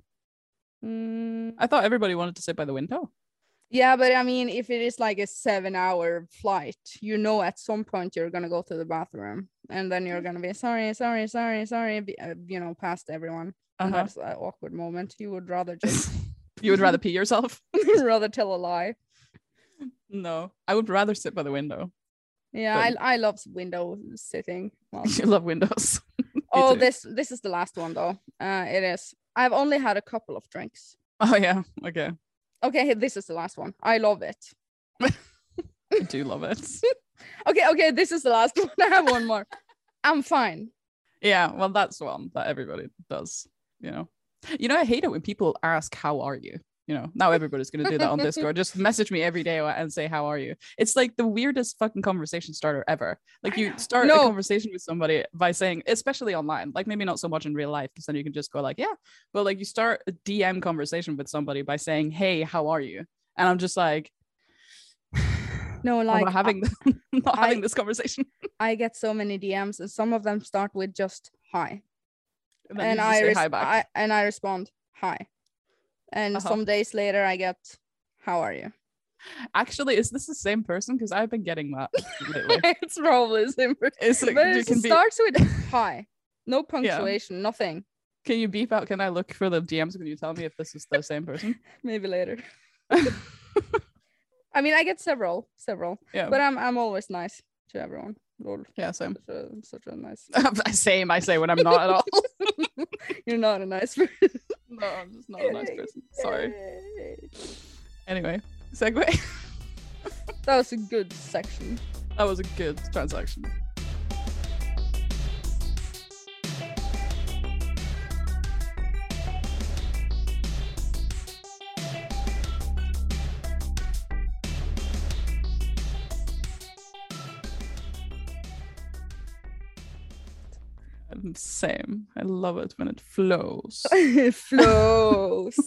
Speaker 1: Mm,
Speaker 2: I thought everybody wanted to sit by the window.
Speaker 1: yeah, but I mean, if it is like a seven-hour flight, you know, at some point you're gonna go to the bathroom, and then
Speaker 2: Mm.
Speaker 1: you're gonna be sorry, sorry, sorry, sorry, be, uh, you know, past everyone. And
Speaker 2: Uh-huh.
Speaker 1: That's an awkward moment. You would rather just
Speaker 2: you would rather pee yourself?
Speaker 1: rather tell a lie.
Speaker 2: No, I would rather sit by the window.
Speaker 1: Yeah, I I love window sitting. Well,
Speaker 2: you love windows. Me
Speaker 1: oh,
Speaker 2: too.
Speaker 1: this this is the last one though. Uh, it is. I've only had a couple of drinks.
Speaker 2: Oh yeah. Okay.
Speaker 1: Okay, this is the last one. I love it.
Speaker 2: I do love it.
Speaker 1: Okay, okay, this is the last one. I have one more. I'm fine.
Speaker 2: Yeah. Well, that's one that everybody does. You know. You know, I hate it when people ask, "How are you?" You know. Now everybody's gonna do that on Discord. Just message me every day and say, "How are you?" It's like the weirdest fucking conversation starter ever. Like
Speaker 1: I
Speaker 2: you
Speaker 1: know.
Speaker 2: start
Speaker 1: No.
Speaker 2: a conversation with somebody by saying, especially online. Like maybe not so much in real life because then you can just go like, "Yeah," but like you start a DM conversation with somebody by saying, "Hey, how are you?" And I'm just like,
Speaker 1: No,
Speaker 2: I'm
Speaker 1: like
Speaker 2: not having, not
Speaker 1: I-
Speaker 2: having this conversation.
Speaker 1: I, I get so many DMs, and some of them start with just hi,
Speaker 2: And, then you
Speaker 1: and
Speaker 2: just
Speaker 1: I,
Speaker 2: say
Speaker 1: res-
Speaker 2: hi back.
Speaker 1: I and I respond hi, and
Speaker 2: Uh-huh.
Speaker 1: some days later I get how are you?
Speaker 2: Actually, is this the same person? Because I've been getting that lately.
Speaker 1: it's probably simple.
Speaker 2: It's like,
Speaker 1: But
Speaker 2: you
Speaker 1: it's-
Speaker 2: can
Speaker 1: it
Speaker 2: be-
Speaker 1: starts with hi, no punctuation, nothing.
Speaker 2: Can you beep out? Can I look for the DMs? Can you tell me if this is the same person?
Speaker 1: Maybe later. I mean, I get several, several,
Speaker 2: Yeah.
Speaker 1: but I'm I'm always nice to everyone. Lol.
Speaker 2: yeah, same.
Speaker 1: Such a, such a nice.
Speaker 2: same. I say when I'm not at all.
Speaker 1: You're not a nice person.
Speaker 2: no, I'm just not a nice person. Sorry. Anyway, segue.
Speaker 1: That was a good section.
Speaker 2: That was a good transaction. Um, Same. I love it when it flows.
Speaker 1: Flows.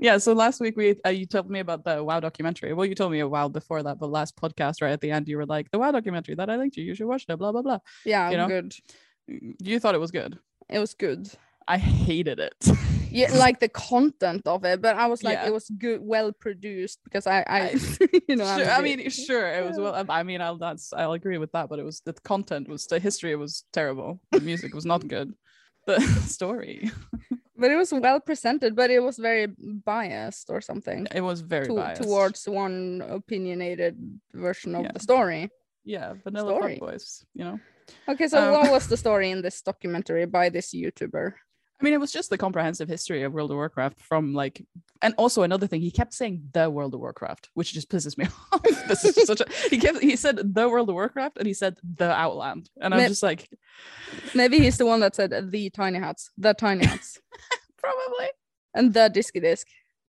Speaker 2: yeah. So last week we uh, you told me about the Wow documentary. Well, you told me a while before that, but last podcast right at the end you were like the Wow documentary that I linked you. You should watch it. Blah blah blah.
Speaker 1: yeah,
Speaker 2: You know?
Speaker 1: good.
Speaker 2: You thought it was good.
Speaker 1: It was good.
Speaker 2: I hated it.
Speaker 1: Yeah, like the content of it, but I was like,
Speaker 2: Yeah.
Speaker 1: it was good, well produced because I, I, you know, I'm
Speaker 2: Sure,
Speaker 1: a
Speaker 2: I
Speaker 1: bit-
Speaker 2: mean, sure, it was
Speaker 1: Yeah.
Speaker 2: well. I mean, I'll that's I'll agree with that. But it was the content was the history was terrible. The music was not good. The story
Speaker 1: but it was well presented, but it was very biased or something
Speaker 2: it was very
Speaker 1: to,
Speaker 2: biased
Speaker 1: towards one opinionated version of
Speaker 2: Yeah.
Speaker 1: the story.
Speaker 2: yeah vanilla
Speaker 1: Story.
Speaker 2: fuck boys. You know,
Speaker 1: Okay, so
Speaker 2: Um,
Speaker 1: what was the story in this documentary by this YouTuber?
Speaker 2: I mean, it was just the comprehensive history of World of Warcraft from like, and also another thing, he kept saying the World of Warcraft, which just pisses me off. this is just such a he kept he said the World of Warcraft and he said the Outland, and I'm
Speaker 1: Mid-
Speaker 2: just like
Speaker 1: Maybe he's the one that said the tiny hats, the tiny hats,
Speaker 2: probably.
Speaker 1: and the disky disc.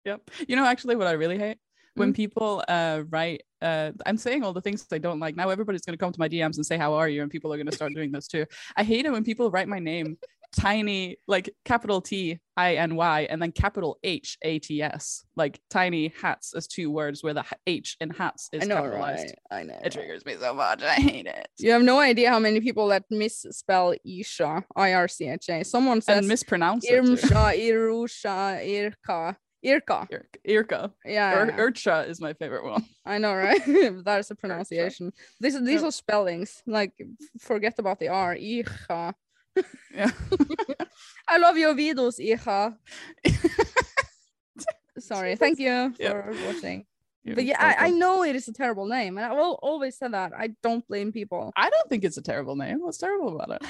Speaker 2: Yep. You know, actually, what I really hate
Speaker 1: Hmm?
Speaker 2: when people uh, write, uh, I'm saying all the things I don't like. Now everybody's going to come to my DMs and say, How are you? And people are going to start doing this too. I hate it when people write my name tiny, like capital T I N Y, and then capital H A T S, like tiny hats as two words where the h- H in hats is
Speaker 1: I know,
Speaker 2: capitalized.
Speaker 1: right? I know.
Speaker 2: It
Speaker 1: right?
Speaker 2: triggers me so much. I hate it.
Speaker 1: You have no idea how many people that misspell Isha, I R C H A. Someone
Speaker 2: And
Speaker 1: says
Speaker 2: mispronounce it. too.
Speaker 1: Irmsha, Irusha, Irka, Irka.
Speaker 2: Ir- Irka.
Speaker 1: Yeah, yeah,
Speaker 2: Or
Speaker 1: yeah.
Speaker 2: Urcha is my favorite one.
Speaker 1: I know, right? that is a pronunciation. These these
Speaker 2: Er, Yeah.
Speaker 1: are spellings. Like, f- forget about the R. Icha.
Speaker 2: Yeah.
Speaker 1: I love your videos, Icha. Sorry. Thank you for
Speaker 2: Yeah.
Speaker 1: watching.
Speaker 2: You're
Speaker 1: But yeah, I, I
Speaker 2: welcome.
Speaker 1: know it is a terrible name, and I will always say that. I don't blame people.
Speaker 2: I don't think it's a terrible name. What's terrible about it?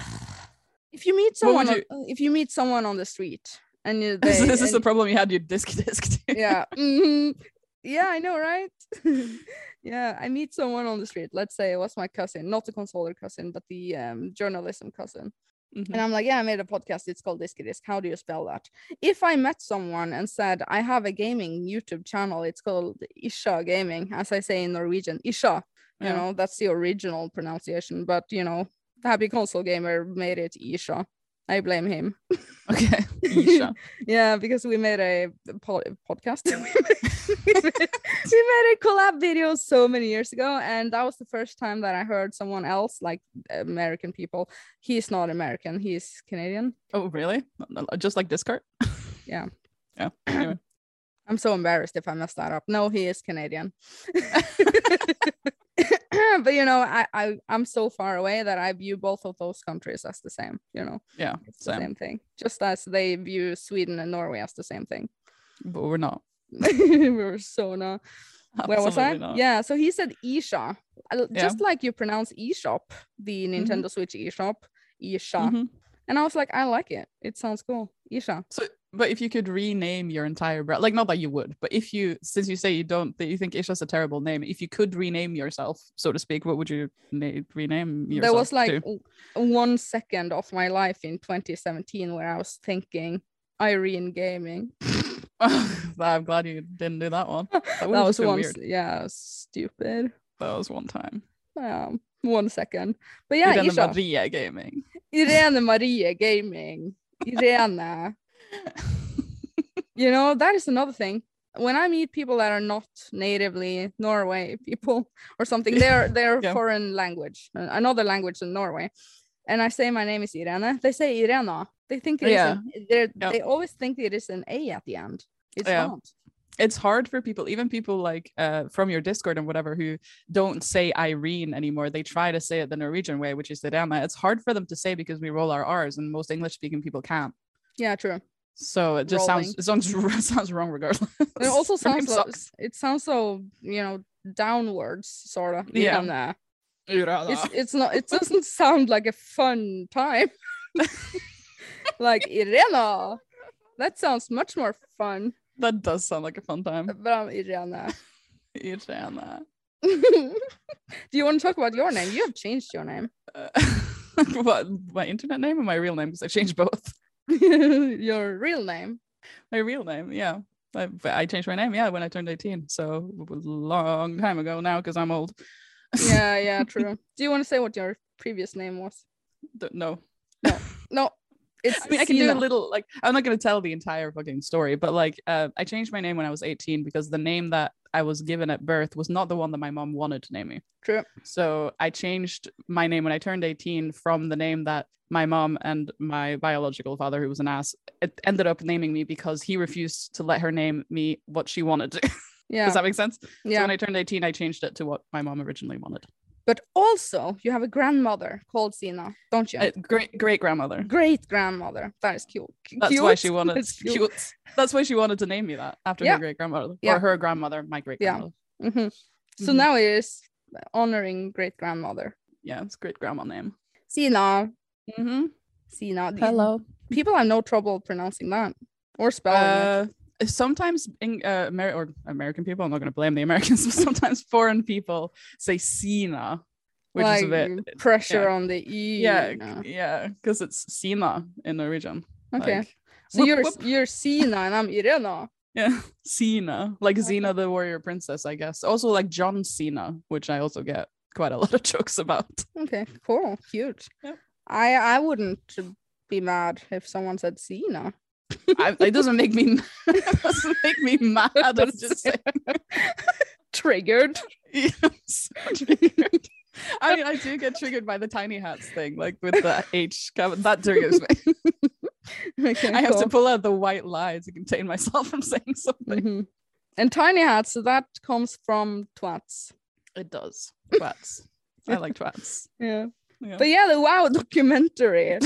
Speaker 1: If you meet
Speaker 2: What would
Speaker 1: someone, on- uh, if you meet someone on the street, and you, they,
Speaker 2: This is this is the
Speaker 1: and-
Speaker 2: problem you had your disc disc. too.
Speaker 1: yeah, mhm. yeah, I know, right? yeah, I meet someone on the street. Let's say it was my cousin, not the consoler cousin, but the um, journalism cousin.
Speaker 2: Mhm.
Speaker 1: And I'm like, yeah, I made a podcast. It's called Disky Disc. How do you spell that? If I met someone and said, I have a gaming YouTube channel, it's called Isha Gaming, as I say in Norwegian, Isha. You know, that's the original pronunciation. But you know, the happy console gamer made it Isha. I blame him.
Speaker 2: Okay. Isha.
Speaker 1: yeah, because we made a po- podcast. we, made, we made a collab video so many years ago, and that was the first time that I heard someone else, like American people. He's not American. He's Canadian.
Speaker 2: oh, really? Just like Discard?
Speaker 1: Yeah.
Speaker 2: Yeah. Anyway.
Speaker 1: I'm so embarrassed if I mess that up. No, he is Canadian. but you know, I, I I'm so far away that I view both of those countries as the same. You know,
Speaker 2: Yeah.
Speaker 1: it's the
Speaker 2: Same.
Speaker 1: same thing. Just as they view Sweden and Norway as the same thing.
Speaker 2: But we're not.
Speaker 1: we were so no. Where was I?
Speaker 2: Absolutely not.
Speaker 1: Yeah. So he said eShop, Uh,
Speaker 2: Yeah. Mm-hmm.
Speaker 1: just like you pronounce eShop, the Nintendo Switch eShop, eShop.
Speaker 2: Mhm.
Speaker 1: And I was like, I like it. It sounds cool. eShop.
Speaker 2: So, but if you could rename your entire brand, like not that you would, but if you, since you say you don't, that you think Isha's a terrible name, if you could rename yourself, so to speak, what would you na- rename yourself?
Speaker 1: there was like
Speaker 2: to?
Speaker 1: w- one second of my life in 2017 where I was thinking Irene Gaming.
Speaker 2: I'm glad you didn't do that one. That,
Speaker 1: That
Speaker 2: would've
Speaker 1: was
Speaker 2: been
Speaker 1: one,
Speaker 2: Oh, weird.
Speaker 1: s- yeah, stupid.
Speaker 2: That was one time.
Speaker 1: Um, one second, but yeah,
Speaker 2: Irene
Speaker 1: Isha,
Speaker 2: Maria Gaming.
Speaker 1: Irene Maria Gaming, Irene. you know that is another thing. When I meet people that are not natively Norway people or something, they're they're
Speaker 2: Yeah.
Speaker 1: foreign language, uh, another language than Norway, and I say my name is Irene, they say Irena. They think it is
Speaker 2: Yeah.
Speaker 1: an- they're
Speaker 2: Yeah.
Speaker 1: They always think it is an a at the end. It's
Speaker 2: Yeah.
Speaker 1: not.
Speaker 2: it's hard for people, even people like uh, from your Discord and whatever, who don't say Irene anymore. They try to say it the Norwegian way, which is Irena. It's hard for them to say because we roll our R's, and most English-speaking people can't.
Speaker 1: Yeah, true.
Speaker 2: So it just sounds it sounds it sounds wrong regardless.
Speaker 1: It also
Speaker 2: Her name
Speaker 1: sounds like,
Speaker 2: sucks.
Speaker 1: it sounds so you know downwards sort of.
Speaker 2: Yeah.
Speaker 1: Irene.
Speaker 2: Irena.
Speaker 1: it's it's not it doesn't sound like a fun time like irena that sounds much more fun
Speaker 2: that does sound like a fun time.
Speaker 1: but i'm irena
Speaker 2: Irena.
Speaker 1: do you want to talk about your name you have changed your name
Speaker 2: Uh, what my internet name or my real name? Because I changed both.
Speaker 1: your real name
Speaker 2: My real name, yeah. I, I changed my name, yeah, when I turned 18. So a long time ago now because I'm old.
Speaker 1: yeah yeah true do you want to say what your previous name was
Speaker 2: Don't- No,
Speaker 1: no it's
Speaker 2: I mean, I can do a
Speaker 1: Sina.
Speaker 2: little like I'm not gonna tell the entire fucking story, but like uh, I changed my name when I was 18 because the name that I was given at birth was not the one that my mom wanted to name me.
Speaker 1: True.
Speaker 2: So I changed my name when I turned 18 from the name that my mom and my biological father, who was an ass, it ended up naming me because he refused to let her name me what she wanted. to.
Speaker 1: yeah
Speaker 2: Does that make sense? So
Speaker 1: yeah
Speaker 2: when I turned 18, I changed it to what my mom originally wanted.
Speaker 1: but also you have a grandmother called sina don't you
Speaker 2: Uh, great great grandmother.
Speaker 1: great grandmother that is cute
Speaker 2: That's why
Speaker 1: Cute?
Speaker 2: she wanted.
Speaker 1: That's cute.
Speaker 2: cute. That's why she wanted to name me that after
Speaker 1: Yeah.
Speaker 2: her great grandmother
Speaker 1: Yeah.
Speaker 2: or her grandmother, my great
Speaker 1: Yeah.
Speaker 2: grandmother.
Speaker 1: Mhm. So
Speaker 2: Mhm.
Speaker 1: now it is honoring great grandmother.
Speaker 2: Yeah, it's great grandma name.
Speaker 1: Sina.
Speaker 2: Mm-hmm.
Speaker 1: Sina. The- People have no trouble pronouncing that or spelling it.
Speaker 2: Uh, sometimes in, uh, Amer- or American people, I'm not going to blame the Americans, but sometimes foreign people say Sina, which
Speaker 1: like
Speaker 2: is a bit
Speaker 1: pressure on the E.
Speaker 2: yeah
Speaker 1: you know.
Speaker 2: yeah because it's Sina in Norwegian.
Speaker 1: Okay.
Speaker 2: Like,
Speaker 1: so
Speaker 2: whoop,
Speaker 1: you're
Speaker 2: whoop.
Speaker 1: you're Sina and I'm Irena.
Speaker 2: yeah Sina like
Speaker 1: Okay.
Speaker 2: Xena the warrior princess, I guess. Also like John Cena, which I also get quite a lot of jokes about.
Speaker 1: Okay, cool. Cute.
Speaker 2: Yep.
Speaker 1: I I wouldn't be mad if someone said Sina.
Speaker 2: I, it doesn't make me it doesn't make me mad. I'm just saying.
Speaker 1: Triggered.
Speaker 2: Yeah, I'm so triggered. I mean, I do get triggered by the tiny hats thing, like with the H. cover- That triggers me.
Speaker 1: Okay,
Speaker 2: I have to
Speaker 1: cool.
Speaker 2: pull out the white lie to contain myself from saying something.
Speaker 1: Mhm. And tiny hats, so that comes from twats.
Speaker 2: It does. Twats. I like twats.
Speaker 1: Yeah.
Speaker 2: Yeah.
Speaker 1: But yeah, the wow documentary.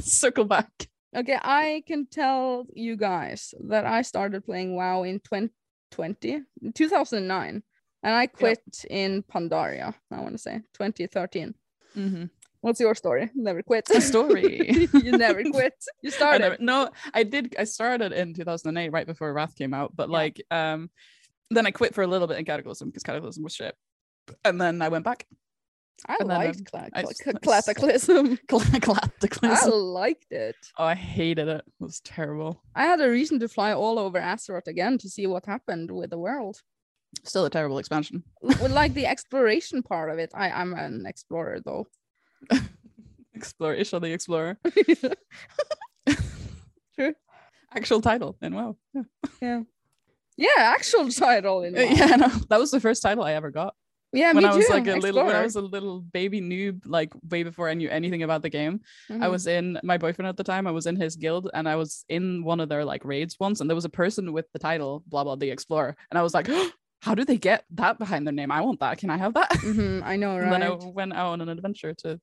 Speaker 2: Circle back.
Speaker 1: Okay, I can tell you guys that I started playing WoW in 2020, 2009, and I quit in Pandaria, I want to say 2013. Mm-hmm. What's your story? Never quit.
Speaker 2: A story.
Speaker 1: you never quit. You
Speaker 2: I
Speaker 1: started.
Speaker 2: never- no, I did. I started in 2008, right before Wrath came out. But
Speaker 1: Yeah.
Speaker 2: like, um, then I quit for a little bit in Cataclysm because Cataclysm was shit. And then I went back.
Speaker 1: I
Speaker 2: and then I-
Speaker 1: liked Cla-
Speaker 2: I
Speaker 1: Cla-
Speaker 2: s-
Speaker 1: Cla-
Speaker 2: I s-
Speaker 1: Cataclysm. I
Speaker 2: Cataclysm.
Speaker 1: liked it.
Speaker 2: Oh, I hated it. It was terrible.
Speaker 1: I had a reason to fly all over Azeroth again to see what happened with the world.
Speaker 2: Still a terrible expansion.
Speaker 1: Well, like the exploration part of it. I, I'm an explorer though.
Speaker 2: Explorer, Isha the Explorer.
Speaker 1: True.
Speaker 2: Actual title. And wow. Yeah.
Speaker 1: Yeah. Yeah, actual title in
Speaker 2: Uh,
Speaker 1: yeah.
Speaker 2: Yeah, no, that was the first title I ever got.
Speaker 1: yeah,
Speaker 2: when
Speaker 1: me
Speaker 2: I was
Speaker 1: too.
Speaker 2: like a little when
Speaker 1: Explorer.
Speaker 2: I was a little baby noob, like way before I knew anything about the game. I
Speaker 1: Mhm.
Speaker 2: was in my boyfriend at the time, I was in his guild and I was in one of their like raids once, and there was a person with the title, blah blah the explorer. And I was like, how do they get that behind their name? I want that. Can I have that?
Speaker 1: Mhm, I know,
Speaker 2: And
Speaker 1: right?
Speaker 2: then I went out on an adventure to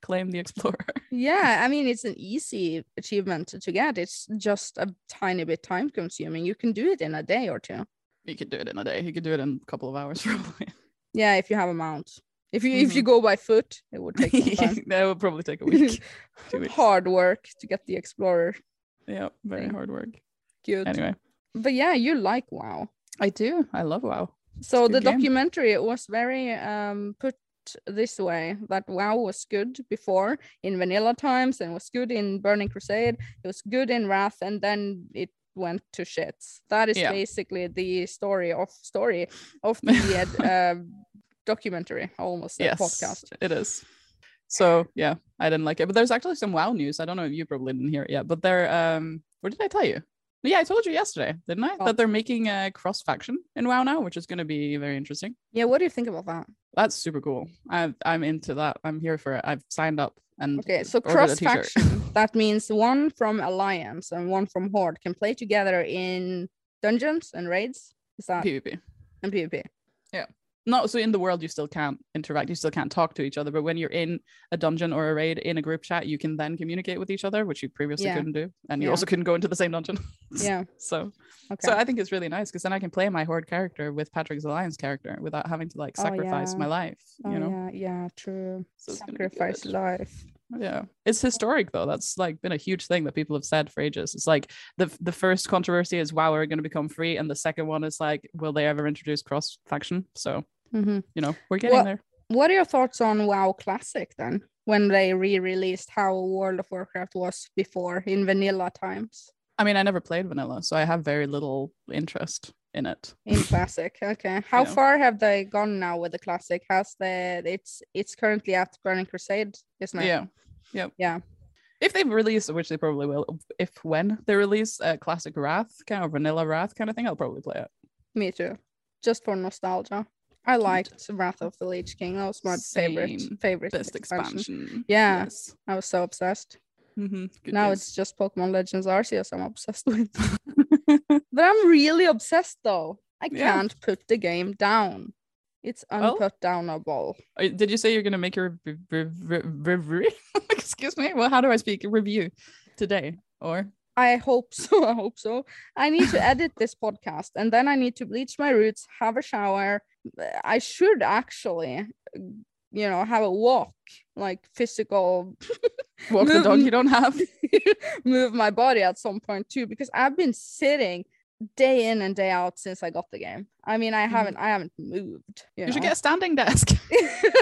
Speaker 2: claim the explorer.
Speaker 1: Yeah, I mean it's an easy achievement to- to get. It's just a tiny bit time consuming. You can do it in a day or two.
Speaker 2: You could do it in a day. You could do it in a couple of hours probably.
Speaker 1: Yeah, if you have a mount. If you if you
Speaker 2: Mm-hmm.
Speaker 1: go by foot, it would take some time.
Speaker 2: that would probably take a week. two weeks.
Speaker 1: Hard work to get the explorer.
Speaker 2: Yeah, very
Speaker 1: Thing.
Speaker 2: hard work.
Speaker 1: Good.
Speaker 2: Anyway,
Speaker 1: But yeah, you like WoW.
Speaker 2: I do. I love WoW.
Speaker 1: So
Speaker 2: good
Speaker 1: the
Speaker 2: game.
Speaker 1: documentary was very um put this way that WoW was good before in Vanilla Times and was good in Burning Crusade. It was good in Wrath, and then it went to shit. That is
Speaker 2: Yeah.
Speaker 1: basically the story of story of the uh, uh, documentary. I almost said podcast.
Speaker 2: It is. So yeah, I didn't like it. But there's actually some WoW news. I don't know if you probably didn't hear it yet, but they're um what did I tell you? Yeah, I told you yesterday, didn't I?
Speaker 1: Oh.
Speaker 2: That they're making a cross faction in WoW now, which is gonna be very interesting.
Speaker 1: Yeah, what do you think about that?
Speaker 2: That's super cool. I I'm into that. I'm here for it. I've signed up and
Speaker 1: Okay, so
Speaker 2: ordered a
Speaker 1: cross
Speaker 2: t-shirt.
Speaker 1: faction. That means one from Alliance and one from Horde can play together in dungeons and raids. Is that
Speaker 2: PvP.
Speaker 1: and PvP?
Speaker 2: No, so in the world you still can't interact, you still can't talk to each other. But when you're in a dungeon or a raid in a group chat, you can then communicate with each other, which you previously
Speaker 1: Yeah.
Speaker 2: couldn't do. And you
Speaker 1: Yeah.
Speaker 2: also couldn't go into the same dungeon.
Speaker 1: Yeah.
Speaker 2: so
Speaker 1: Okay.
Speaker 2: So I think it's really nice because then I can play my horde character with Patrick's alliance character without having to like
Speaker 1: Oh,
Speaker 2: sacrifice
Speaker 1: yeah.
Speaker 2: my life, you know.
Speaker 1: Oh, yeah, yeah, true.
Speaker 2: So it's gonna be good.
Speaker 1: Sacrifice life.
Speaker 2: Yeah, it's historic though. That's like been a huge thing that people have said for ages. It's like the f- the first controversy is wow, we're going to become free, and the second one is like, will they ever introduce cross faction? So you know, we're getting
Speaker 1: Well,
Speaker 2: there.
Speaker 1: What are your thoughts on WoW Classic then? When they re-released how World of Warcraft was before in vanilla times
Speaker 2: I mean, I never played vanilla, so I have very little interest in it.
Speaker 1: in Classic. Okay, how
Speaker 2: Yeah.
Speaker 1: far have they gone now with the Classic? Has the it's it's currently at Burning Crusade, isn't it?
Speaker 2: Yeah. Yep.
Speaker 1: Yeah.
Speaker 2: If they release, which they probably will, if when they release a classic Wrath kind of vanilla Wrath kind of thing, I'll probably play it.
Speaker 1: Me too. Just for nostalgia. I liked Wrath of the Lich King. That was my
Speaker 2: Same.
Speaker 1: favorite favorite
Speaker 2: best expansion.
Speaker 1: Yeah.
Speaker 2: Yes.
Speaker 1: I was so obsessed.
Speaker 2: Mhm. Good
Speaker 1: now it's just Pokemon Legends Arceus I'm obsessed with. but I'm really obsessed though. I
Speaker 2: Yeah. Oh.
Speaker 1: can't put the game down. It's
Speaker 2: Well-
Speaker 1: unputdownable.
Speaker 2: games. Uh, Did you say you're gonna make your re- re- re- re- re- excuse me? Well, how do I speak review today? Or
Speaker 1: I hope so. I hope so. I need to edit this podcast and then I need to bleach my roots, have a shower. I should actually, you know, have a walk, like physical,
Speaker 2: walk the dog you don't have?
Speaker 1: move my body at some point too, because I've been sitting day in and day out since I got the game. I mean, I
Speaker 2: Mhm.
Speaker 1: haven't, I haven't moved. You,
Speaker 2: You should
Speaker 1: know?
Speaker 2: get a standing desk.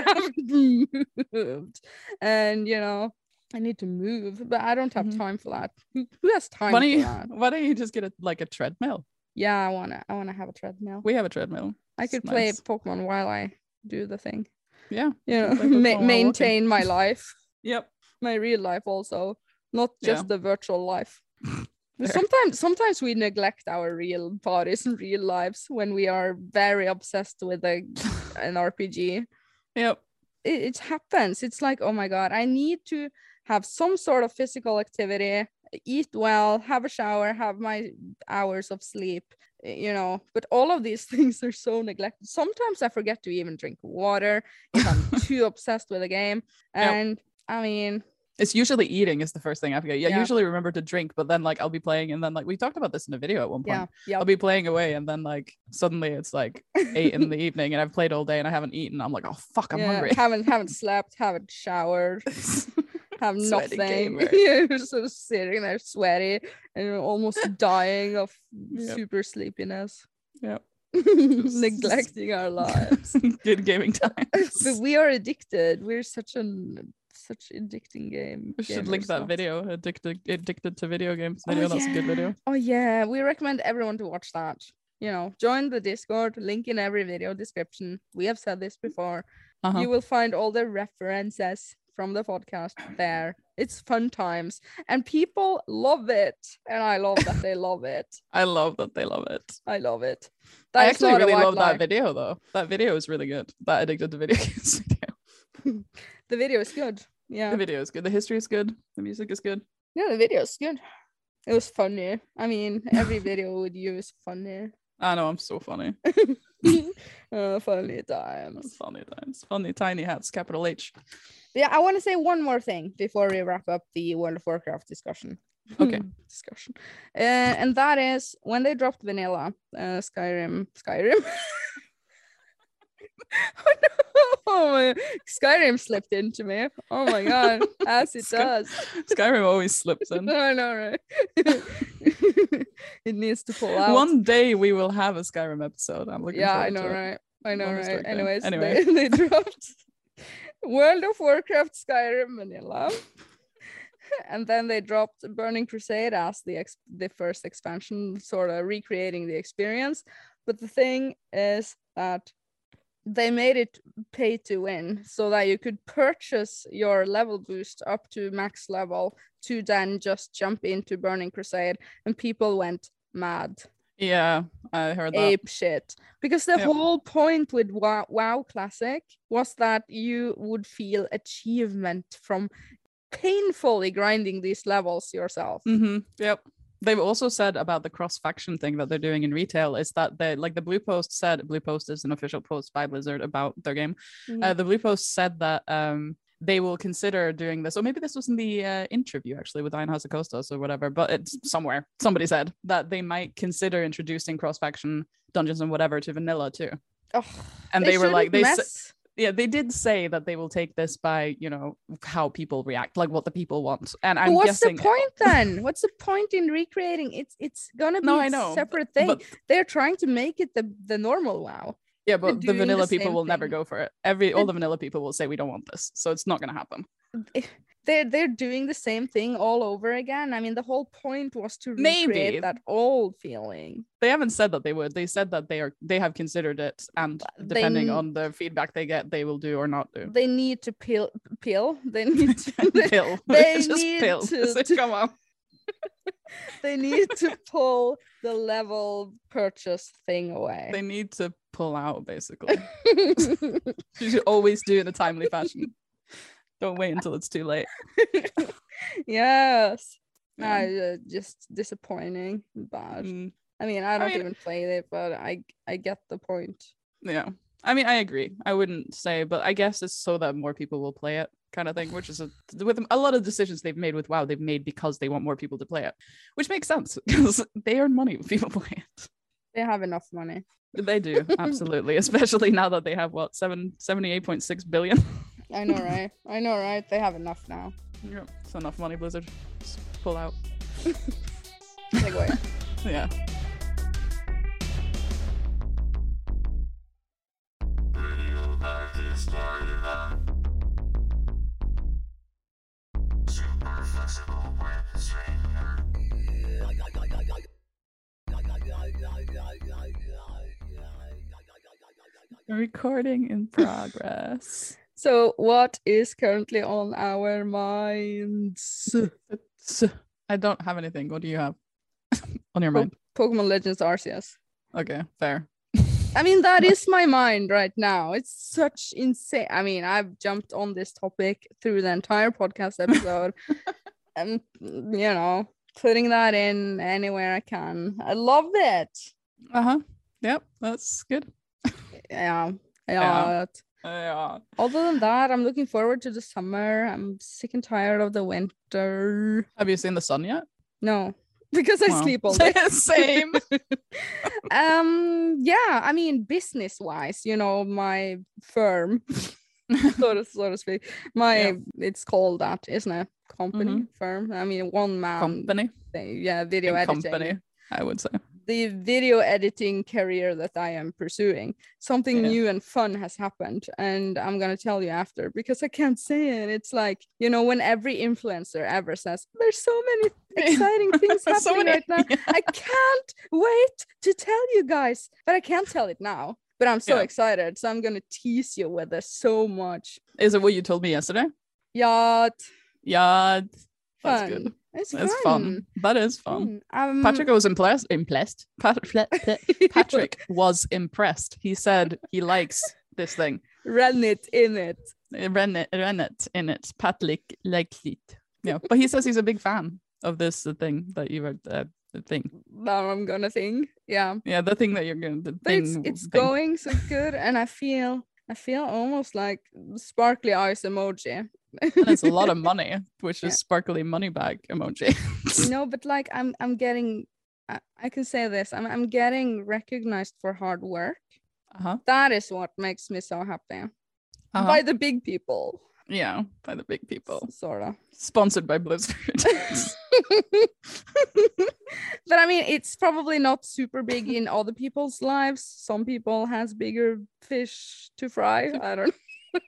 Speaker 1: haven't moved and you know i need to move but i don't have
Speaker 2: Mhm.
Speaker 1: time for that who, who has time
Speaker 2: Why don't
Speaker 1: for
Speaker 2: you?
Speaker 1: that
Speaker 2: Why don't you just get a like a treadmill?
Speaker 1: yeah i want to i want to have a treadmill
Speaker 2: We have a treadmill.
Speaker 1: i
Speaker 2: it's
Speaker 1: could play
Speaker 2: nice.
Speaker 1: pokemon while i do the thing
Speaker 2: Yeah.
Speaker 1: you know
Speaker 2: can play Pokemon while
Speaker 1: ma-
Speaker 2: walking.
Speaker 1: maintain my life
Speaker 2: Yep.
Speaker 1: my real life also not just
Speaker 2: Yeah.
Speaker 1: the virtual life But
Speaker 2: Fair.
Speaker 1: sometimes sometimes we neglect our real bodies and real lives when we are very obsessed with a, an rpg
Speaker 2: Yep.
Speaker 1: it, it happens. It's like, oh my God, I need to have some sort of physical activity, eat well, have a shower, have my hours of sleep, y- you know. But all of these things are so neglected. Sometimes I forget to even drink water if I'm too obsessed with a game.
Speaker 2: Yep.
Speaker 1: And I mean,
Speaker 2: It's usually eating is the first thing I forget. Yeah, I
Speaker 1: Yeah.
Speaker 2: usually remember to drink, but then like I'll be playing, and then like we talked about this in a video at one point.
Speaker 1: yeah, yeah.
Speaker 2: I'll be playing away, and then like suddenly it's like eight in the evening and I've played all day and I haven't eaten. I'm like, oh fuck, I'm
Speaker 1: yeah,
Speaker 2: hungry.
Speaker 1: Haven't haven't slept, haven't showered, have
Speaker 2: Sweaty
Speaker 1: nothing.
Speaker 2: gamer.
Speaker 1: You're sort of sitting there sweaty and almost dying of
Speaker 2: Yep.
Speaker 1: super sleepiness.
Speaker 2: Yep.
Speaker 1: neglecting our lives
Speaker 2: Good gaming
Speaker 1: but
Speaker 2: times.
Speaker 1: we are addicted we're such an such addicting game Oh,
Speaker 2: We should link
Speaker 1: gamers
Speaker 2: that
Speaker 1: now.
Speaker 2: video. Addicted addicted to video games video. That's a good video.
Speaker 1: oh yeah we recommend everyone to watch that you know, join the Discord, link in every video description. We have said this before.
Speaker 2: Uh-huh.
Speaker 1: You will find all the references from the podcast there. It's fun times and people love it. And I love that they love it.
Speaker 2: I love that they love it.
Speaker 1: I love it.
Speaker 2: I
Speaker 1: That's
Speaker 2: actually
Speaker 1: not a
Speaker 2: really
Speaker 1: white
Speaker 2: love
Speaker 1: lie.
Speaker 2: that video though. That video is really good. That addicted to video games video.
Speaker 1: The video is good. Yeah.
Speaker 2: The video is good. The history is good. The music is good.
Speaker 1: Yeah, the video is good. It was funny. I mean, every video with you is funny.
Speaker 2: I know I'm so funny.
Speaker 1: uh, funny times.
Speaker 2: Funny times. Funny tiny hats. Capital H.
Speaker 1: Yeah, I want to say one more thing before we wrap up the World of Warcraft discussion.
Speaker 2: Okay.
Speaker 1: discussion. Uh, and that is when they dropped Vanilla, uh, Skyrim, Skyrim. oh, no. Oh, my- Skyrim slipped into me. Oh my god, as it
Speaker 2: Sky-
Speaker 1: does.
Speaker 2: Skyrim always slips in.
Speaker 1: I know, right? it needs to pull out.
Speaker 2: One day we will have a Skyrim episode. I'm looking
Speaker 1: yeah, I
Speaker 2: forward
Speaker 1: know,
Speaker 2: to it.
Speaker 1: right? I know,
Speaker 2: One
Speaker 1: right?
Speaker 2: is like that.
Speaker 1: Anyways,
Speaker 2: Anyway.
Speaker 1: They, they dropped World of Warcraft Skyrim Vanilla. And then they dropped Burning Crusade as the ex- the first expansion, sort of recreating the experience. But the thing is that they made it pay to win, so that you could purchase your level boost up to max level to then just jump into Burning Crusade, and people went mad
Speaker 2: Yeah, I heard that.
Speaker 1: ape shit because the
Speaker 2: Yep.
Speaker 1: whole point with wow, wow classic was that you would feel achievement from painfully grinding these levels yourself
Speaker 2: hmm Yep. They've also said about the cross faction thing that they're doing in retail is that they like the blue post said blue post is an official post by Blizzard about their game.
Speaker 1: Mm-hmm.
Speaker 2: Uh, the blue post said that um they will consider doing this, or maybe this was in the uh, interview actually with Ian Hasekostas or whatever, but it's somewhere somebody said that they might consider introducing cross faction dungeons and whatever to vanilla too.
Speaker 1: Ugh,
Speaker 2: And they, were like,
Speaker 1: shouldn't
Speaker 2: they s-
Speaker 1: mess.
Speaker 2: yeah, they did say that they will take this by you know how people react, like what the people want. And
Speaker 1: But
Speaker 2: I'm
Speaker 1: what's
Speaker 2: guessing,
Speaker 1: the point then what's the point in recreating it's it's gonna be
Speaker 2: No,
Speaker 1: a
Speaker 2: I know,
Speaker 1: separate thing
Speaker 2: but-
Speaker 1: they're trying to make it the the normal wow
Speaker 2: Yeah, but the
Speaker 1: doing the
Speaker 2: vanilla people
Speaker 1: same
Speaker 2: will never
Speaker 1: thing.
Speaker 2: go for it. Every all
Speaker 1: But-
Speaker 2: the vanilla people will say we don't want this, so it's not going to happen.
Speaker 1: they're they're doing the same thing all over again i mean the whole point was to recreate
Speaker 2: Maybe.
Speaker 1: that old feeling
Speaker 2: They haven't said that they would. They said that they are they have considered it, and
Speaker 1: they
Speaker 2: depending
Speaker 1: n-
Speaker 2: on the feedback they get, they will do or not do.
Speaker 1: they need to peel peel they need to they,
Speaker 2: pill,
Speaker 1: they
Speaker 2: just
Speaker 1: need
Speaker 2: pill.
Speaker 1: to-
Speaker 2: It's like,
Speaker 1: to-
Speaker 2: Come on,
Speaker 1: they need to pull the level purchase thing away
Speaker 2: they need to pull out. Basically, you should always do in a timely fashion. Don't wait until it's too late.
Speaker 1: yes
Speaker 2: Yeah.
Speaker 1: I, uh, just disappointing bad
Speaker 2: Mm,
Speaker 1: i mean i don't
Speaker 2: mean-
Speaker 1: even play it but i i get the point
Speaker 2: yeah, I mean, I agree. I wouldn't say, but I guess it's so that more people will play it. kind of thing, which is a, with a lot of decisions they've made with WoW, they've made because they want more people to play it, which makes sense because they earn money when people play it.
Speaker 1: they have enough money
Speaker 2: They do absolutely, especially now that they have what seven seventy eight point six billion.
Speaker 1: i know right i know right they have enough now
Speaker 2: yep, it's enough money, Blizzard. Just pull out.
Speaker 1: Segue.
Speaker 2: Yeah. Recording in progress.
Speaker 1: so what is currently on our minds
Speaker 2: It's- I don't have anything. What do you have on your mind?
Speaker 1: pokemon legends arceus
Speaker 2: Okay, fair.
Speaker 1: I mean, that is my mind right now. It's such insane. I mean, I've jumped on this topic through the entire podcast episode. and you know, putting that in anywhere I can. I love it.
Speaker 2: Uh huh. Yep, that's good.
Speaker 1: Yeah.
Speaker 2: Yeah.
Speaker 1: Yeah. but
Speaker 2: Yeah.
Speaker 1: Other than that, I'm looking forward to the summer. I'm sick and tired of the winter.
Speaker 2: Have you seen the sun yet?
Speaker 1: No, because I
Speaker 2: Well,
Speaker 1: sleep all day.
Speaker 2: Same.
Speaker 1: um yeah i mean business wise you know my firm so to so to speak my
Speaker 2: Yeah. Mm-hmm.
Speaker 1: it's called that isn't it company firm i mean one man
Speaker 2: company.
Speaker 1: thing yeah video
Speaker 2: Big
Speaker 1: editing
Speaker 2: company. I would say.
Speaker 1: the video editing career that I am pursuing. Something
Speaker 2: Yeah.
Speaker 1: new and fun has happened, and I'm gonna tell you after because I can't say it. It's like you know when every influencer ever says, "There's so many exciting things happening
Speaker 2: So many-
Speaker 1: right now." I can't wait to tell you guys, but I can't tell it now. But I'm so
Speaker 2: Yeah.
Speaker 1: excited, so I'm gonna tease you with this so much.
Speaker 2: Is it what you told me yesterday?
Speaker 1: Yacht
Speaker 2: Yeah,
Speaker 1: fun.
Speaker 2: that's good.
Speaker 1: It's
Speaker 2: That's fun. That is fun.
Speaker 1: fun. Um,
Speaker 2: Patrick was impressed. Impressed. Pat- fle- fle- Patrick was impressed. He said he likes this thing.
Speaker 1: ran it in it.
Speaker 2: Rennet, Rennet in it. Patrick likes it. Yeah, but he says he's a big fan of this uh, thing that you were uh, the thing.
Speaker 1: Now um, I'm gonna think. Yeah.
Speaker 2: Yeah, the thing that you're going to
Speaker 1: But it's
Speaker 2: thing.
Speaker 1: it's
Speaker 2: thing.
Speaker 1: going so good and I feel I feel almost like sparkly eyes emoji.
Speaker 2: And it's a lot of money, which
Speaker 1: Yeah.
Speaker 2: is sparkly money bag emoji.
Speaker 1: no, but like I'm I'm getting I, I can say this. I'm I'm getting recognized for hard work.
Speaker 2: Uh-huh.
Speaker 1: That is what makes me so happy.
Speaker 2: uh-huh.
Speaker 1: By the big people.
Speaker 2: yeah, by the big people.
Speaker 1: Sort of.
Speaker 2: Sponsored by Blizzard.
Speaker 1: but I mean, it's probably not super big in other people's lives. Some people has bigger fish to fry. I don't know.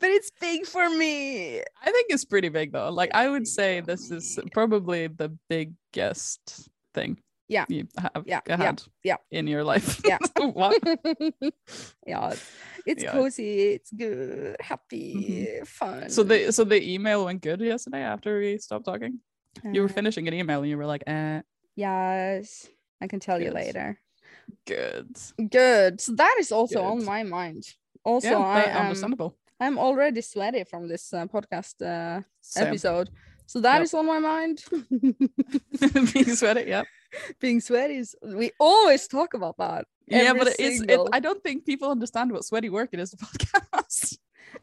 Speaker 1: but it's big for me.
Speaker 2: I think it's pretty big though. Like I would say this is probably the biggest thing.
Speaker 1: Yeah.
Speaker 2: You have
Speaker 1: Yeah, yeah,
Speaker 2: had
Speaker 1: yeah.
Speaker 2: in your life.
Speaker 1: Yeah.
Speaker 2: Wow.
Speaker 1: yeah, it's, it's
Speaker 2: Yeah. Mm-hmm.
Speaker 1: cozy. It's good, happy, fun.
Speaker 2: So the so the email went good yesterday after we stopped talking. You were
Speaker 1: Uh,
Speaker 2: finishing an email and you were like, eh,
Speaker 1: Yes, I can tell you
Speaker 2: Yes.
Speaker 1: later.
Speaker 2: good.
Speaker 1: Good. So that is also on
Speaker 2: Good.
Speaker 1: my mind. Also,
Speaker 2: yeah,
Speaker 1: I um,
Speaker 2: that-
Speaker 1: am
Speaker 2: understandable.
Speaker 1: I'm already sweaty from this uh, podcast uh,
Speaker 2: Same.
Speaker 1: episode. So that
Speaker 2: Yep.
Speaker 1: is on my mind.
Speaker 2: Being sweaty, yeah.
Speaker 1: Being sweaty is we always talk about that.
Speaker 2: yeah,
Speaker 1: Every
Speaker 2: but it's it,
Speaker 1: single-
Speaker 2: I don't think people understand what sweaty work it is. The podcast.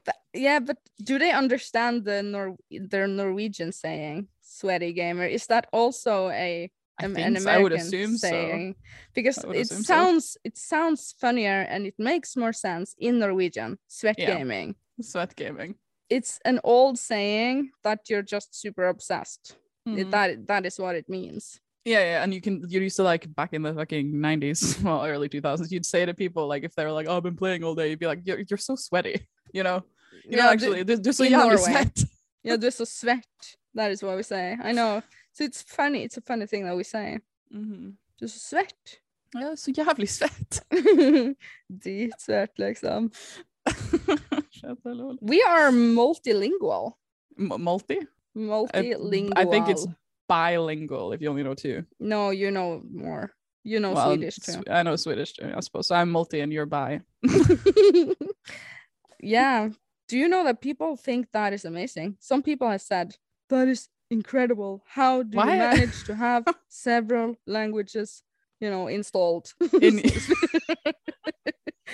Speaker 1: But- yeah, but do they understand the Nor their Norwegian saying "sweaty gamer"? Is that also a
Speaker 2: I,
Speaker 1: am-
Speaker 2: think
Speaker 1: an
Speaker 2: so.
Speaker 1: American
Speaker 2: I would assume so.
Speaker 1: saying? Because
Speaker 2: I would
Speaker 1: it
Speaker 2: assume so.
Speaker 1: sounds it sounds funnier and it makes more sense in Norwegian. Sweat
Speaker 2: Yeah.
Speaker 1: gaming.
Speaker 2: Sweat gaming.
Speaker 1: It's an old saying that you're just super obsessed. It-
Speaker 2: Mhm.
Speaker 1: that that is what it means.
Speaker 2: Yeah, yeah, and you can you used to like back in the fucking nineties, well, early two thousands, you'd say to people like if they were like, "Oh, I've been playing all day," you'd be like, "You're, you're so sweaty," you know. You know,
Speaker 1: Yeah, the-
Speaker 2: actually, just, just so
Speaker 1: in
Speaker 2: you have your
Speaker 1: Norway.
Speaker 2: sweat.
Speaker 1: Yeah, there's a sweat. That is what we say. I know. So it's funny. It's a funny thing that we say. Mm-hmm.
Speaker 2: Mhm.
Speaker 1: There's a sweat.
Speaker 2: Ja, så jävlig svett.
Speaker 1: Dritsvett liksom.
Speaker 2: Shut the lol.
Speaker 1: We are multilingual.
Speaker 2: M- Multi.
Speaker 1: Multilingual.
Speaker 2: I think it's bilingual if you only know two.
Speaker 1: no, you know more. You know
Speaker 2: Well,
Speaker 1: Swedish too.
Speaker 2: Sw- I know Swedish too, I suppose. So I'm multi and you're bi.
Speaker 1: yeah. Do you know that people think that is amazing? Some people have said that is incredible. How do
Speaker 2: Why-
Speaker 1: you manage to have several languages, you know, installed?
Speaker 2: In-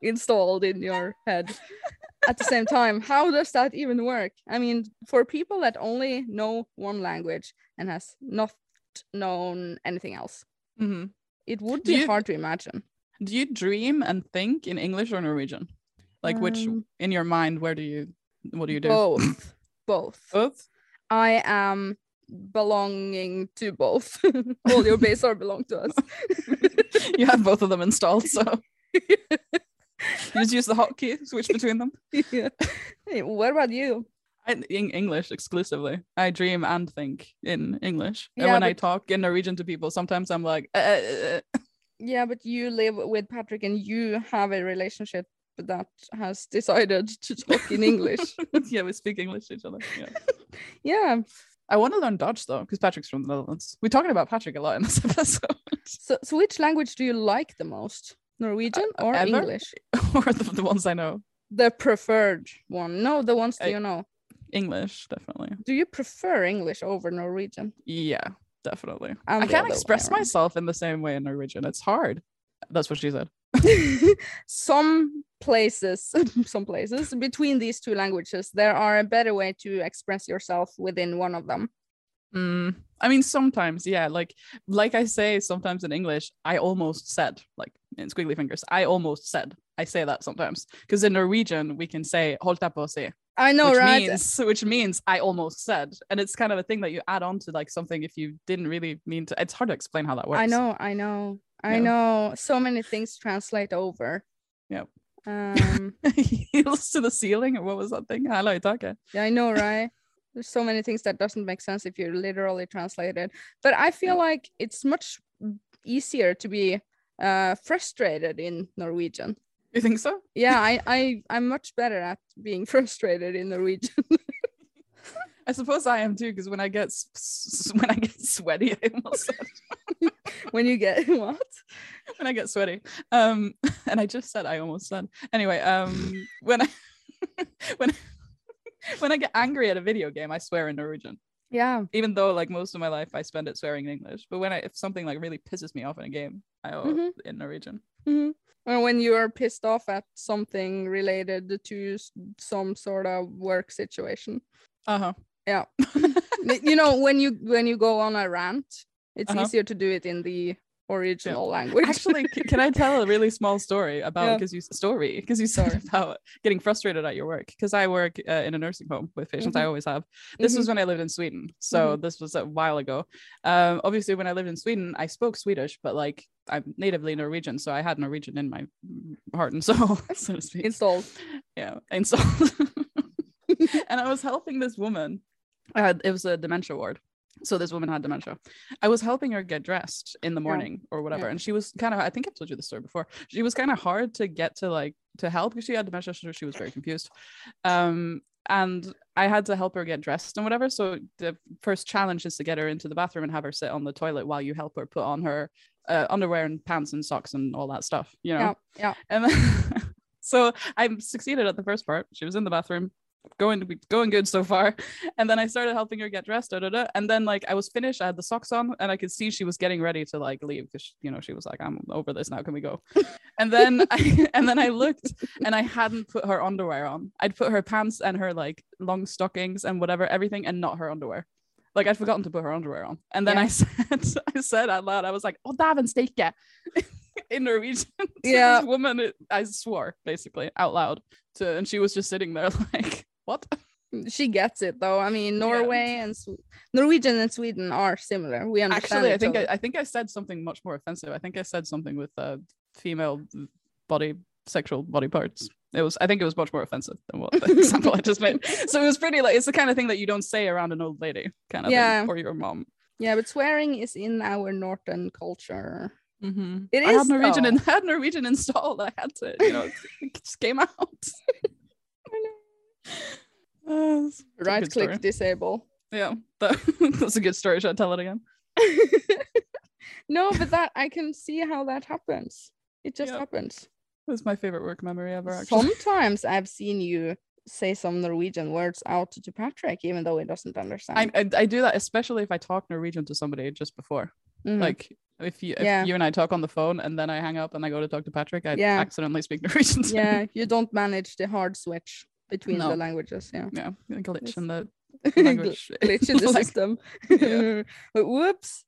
Speaker 1: installed in your head at the same time how does that even work i mean for people that only know one language and has not known anything else
Speaker 2: Mhm.
Speaker 1: it would
Speaker 2: Do
Speaker 1: be
Speaker 2: you-
Speaker 1: hard to imagine
Speaker 2: Do you dream and think in English or Norwegian? Like which
Speaker 1: Um,
Speaker 2: in your mind? Where do you? What do you do?
Speaker 1: both both
Speaker 2: Both.
Speaker 1: i am belonging to both all your base are belong to us
Speaker 2: you have both of them installed, so you just use the hotkey, switch between them.
Speaker 1: Yeah. Hey, what about you
Speaker 2: I, in English exclusively. I dream and think in English. and
Speaker 1: Yeah,
Speaker 2: when I
Speaker 1: but-
Speaker 2: talk in Norwegian to people, sometimes I'm like, uh, uh, uh,
Speaker 1: yeah but you live with patrick and you have a relationship that has decided to talk in english
Speaker 2: uh. yeah, we speak English to each other. Yeah.
Speaker 1: yeah
Speaker 2: I want to learn Dutch though, because Patrick's from the Netherlands. We're talking about Patrick a lot in this episode,
Speaker 1: So, so which language do you like the most? Norwegian or
Speaker 2: Uh, ever?
Speaker 1: English?
Speaker 2: or the, the ones I know.
Speaker 1: The preferred one. No, the ones that
Speaker 2: I-
Speaker 1: you know.
Speaker 2: English, definitely.
Speaker 1: Do you prefer English over Norwegian?
Speaker 2: Yeah, definitely.
Speaker 1: I'm
Speaker 2: I
Speaker 1: the
Speaker 2: can't
Speaker 1: other way
Speaker 2: express
Speaker 1: around.
Speaker 2: myself in the same way in Norwegian. It's hard. That's what she said.
Speaker 1: some places, some places between these two languages, there are a better way to express yourself within one of them.
Speaker 2: Mm, I mean, sometimes, yeah. Like, like I say, sometimes in English, I almost said, like in squiggly fingers, I almost said. I say that sometimes because in Norwegian we can say "holta på å si,"
Speaker 1: I know,
Speaker 2: which
Speaker 1: right?
Speaker 2: means which means I almost said, and it's kind of a thing that you add on to like something if you didn't really mean to. It's hard to explain how that works.
Speaker 1: I know, I know, I
Speaker 2: Yeah.
Speaker 1: know. So many things translate over.
Speaker 2: Yep.
Speaker 1: Um.
Speaker 2: Heels to the ceiling, or what was that thing? Hello, Taka.
Speaker 1: Yeah, I know, right? There's so many things that doesn't make sense if you literally translate it. But I feel like it's much easier to be uh, frustrated in Norwegian.
Speaker 2: You think so?
Speaker 1: Yeah, I, I I'm much better at being frustrated in Norwegian.
Speaker 2: I suppose I am too, because when I get s- s- s- when I get sweaty, I almost said,
Speaker 1: when you get what?
Speaker 2: when I get sweaty, um, and I just said I almost said anyway. Um, when I when when I get angry at a video game, I swear in Norwegian.
Speaker 1: Yeah,
Speaker 2: Even though like most of my life I spend it swearing in English, but when I if something like really pisses me off in a game, I will
Speaker 1: Mhm.
Speaker 2: in Norwegian.
Speaker 1: Mhm. Or when you are pissed off at something related to s- some sort of work situation.
Speaker 2: Uh huh.
Speaker 1: Yeah. N- you know, when you when you go on a rant, it's
Speaker 2: Uh-huh.
Speaker 1: easier to do it in the original language.
Speaker 2: Actually, c- can I tell a really small story
Speaker 1: Yeah.
Speaker 2: about because you story because you said about getting frustrated at your work? Because I work uh, in a nursing home with patients. I always have. This was when I lived in Sweden, so this was a while ago. Um, obviously, when I lived in Sweden, I spoke Swedish, but like I'm natively Norwegian, so I had Norwegian in my mm, heart and soul, so to speak
Speaker 1: installed.
Speaker 2: yeah insult and i was helping this woman I had, it was a dementia ward so this woman had dementia i was helping her get dressed in the morning or whatever and she was kind of i think i've told you this story before she was kind of hard to get to like to help because she had dementia so she was very confused um and i had to help her get dressed and whatever so the first challenge is to get her into the bathroom and have her sit on the toilet while you help her put on her uh, underwear and pants and socks and all that stuff you know
Speaker 1: Yeah, yeah.
Speaker 2: and then, so I succeeded at the first part. She was in the bathroom, going to be going good so far. And then I started helping her get dressed. Da, da, da. And then like I was finished. I had the socks on, and I could see she was getting ready to like leave because you know she was like, "I'm over this now. Can we go?" And then I, and then I looked, and I hadn't put her underwear on. I'd put her pants and her like long stockings and whatever, everything, and not her underwear. Like I'd forgotten to put her underwear on. And then
Speaker 1: Yeah.
Speaker 2: I said, I said out loud, I was like, "Oh, daven steke," in Norwegian to
Speaker 1: Yeah.
Speaker 2: this woman it- i swore basically out loud to and she was just sitting there like what
Speaker 1: She gets it though. I mean, Norway and Sw- Norwegian and Sweden are similar. We understand.
Speaker 2: actually i
Speaker 1: each
Speaker 2: think I,
Speaker 1: other.
Speaker 2: I think i said something much more offensive i think i said something with uh, female body sexual body parts it was i think it was much more offensive than what the example i just made so it was pretty like it's the kind of thing that you don't say around an old lady kind of
Speaker 1: Yeah.
Speaker 2: thing, or your mom
Speaker 1: yeah, but swearing is in our northern culture.
Speaker 2: mm-hmm.
Speaker 1: It
Speaker 2: i had
Speaker 1: is,
Speaker 2: norwegian
Speaker 1: though.
Speaker 2: and had norwegian installed i had to you know it just came out Uh, it's a
Speaker 1: Right
Speaker 2: good
Speaker 1: click
Speaker 2: story.
Speaker 1: disable.
Speaker 2: Yeah, that, that's a good story. Should I tell it again?
Speaker 1: no, but that I can see how that happens. It just
Speaker 2: Yeah.
Speaker 1: happens.
Speaker 2: That's my favorite work memory ever. Actually,
Speaker 1: Sometimes I've seen you say some Norwegian words out to Patrick, even though he doesn't understand.
Speaker 2: I, I I do that especially if I talk Norwegian to somebody just before.
Speaker 1: Mhm.
Speaker 2: Like if you if
Speaker 1: Yeah.
Speaker 2: you and I talk on the phone and then I hang up and I go to talk to Patrick, I
Speaker 1: Yeah.
Speaker 2: accidentally speak Norwegian. To him.
Speaker 1: yeah, you don't manage the hard switch between the
Speaker 2: No.
Speaker 1: languages. Yeah.
Speaker 2: yeah, a glitch in the
Speaker 1: Gl-
Speaker 2: language.
Speaker 1: glitch in the
Speaker 2: Like-
Speaker 1: system.
Speaker 2: Yeah.
Speaker 1: But Whoops.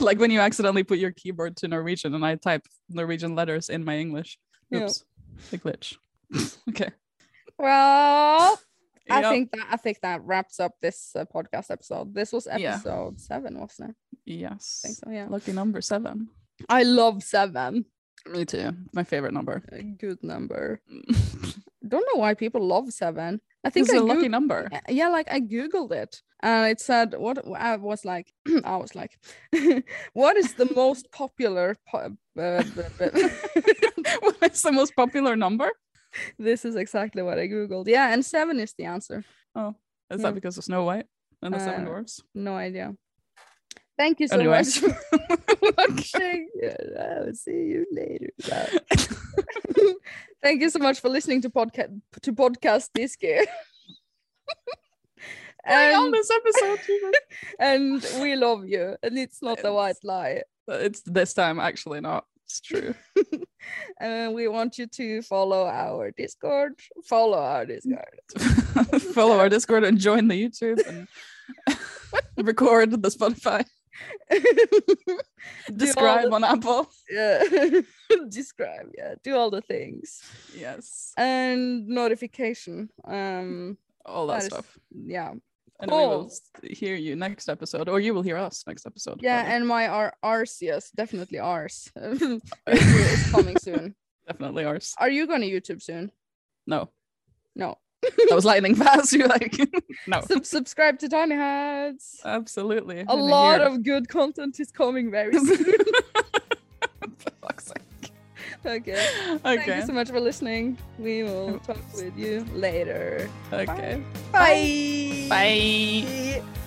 Speaker 2: like when you accidentally put your keyboard to Norwegian and I type Norwegian letters in my English.
Speaker 1: Yeah.
Speaker 2: Oops, a glitch. okay.
Speaker 1: Well, I
Speaker 2: Yep.
Speaker 1: think that I think that wraps up this uh, podcast episode. This was
Speaker 2: Yeah.
Speaker 1: episode seven, wasn't it?
Speaker 2: yes.
Speaker 1: I think so. Yeah.
Speaker 2: Lucky number seven.
Speaker 1: I love seven.
Speaker 2: Me too. My favorite number.
Speaker 1: A good number. Don't know why people love seven. I think
Speaker 2: it's
Speaker 1: I
Speaker 2: a lucky
Speaker 1: Goog-
Speaker 2: number.
Speaker 1: Uh, yeah like i googled it and it said what i was like i was like what is the most popular po- uh, b- b-
Speaker 2: What's the most popular number?
Speaker 1: this is exactly what i googled yeah and seven is the answer
Speaker 2: Oh, Is
Speaker 1: Yeah.
Speaker 2: that because of Snow White and the Seven
Speaker 1: Uh,
Speaker 2: Dwarfs?
Speaker 1: no idea thank you so
Speaker 2: Anyways.
Speaker 1: much for watching and i will see you later Bye. thank you so much for listening to podcast to podcast this year
Speaker 2: We're on
Speaker 1: and,
Speaker 2: this episode, Jesus.
Speaker 1: and we love you and it's not a white lie
Speaker 2: But Uh, it's this time actually not. It's true.
Speaker 1: and we want you to follow our discord follow our discord
Speaker 2: Follow our Discord and join the YouTube and record the Spotify. Describe on Apple.
Speaker 1: Yeah. Describe, yeah. Do all the things.
Speaker 2: Yes.
Speaker 1: And notification. Um
Speaker 2: All that,
Speaker 1: that is-
Speaker 2: stuff.
Speaker 1: yeah.
Speaker 2: And we will
Speaker 1: cool.
Speaker 2: s- hear you next episode, or you will hear us next episode.
Speaker 1: Yeah,
Speaker 2: probably.
Speaker 1: and my R Arceus, definitely ours. is coming soon.
Speaker 2: definitely ours.
Speaker 1: Are you gonna YouTube soon?
Speaker 2: No,
Speaker 1: No.
Speaker 2: that was lightning fast. You're like, no,
Speaker 1: Sub- subscribe to Tiny Hats.
Speaker 2: absolutely.
Speaker 1: A lot of good content is coming very soon. okay. Thank
Speaker 2: okay.
Speaker 1: you so much for listening. We will talk with you later.
Speaker 2: Okay.
Speaker 1: Bye.
Speaker 2: Bye.
Speaker 1: Bye.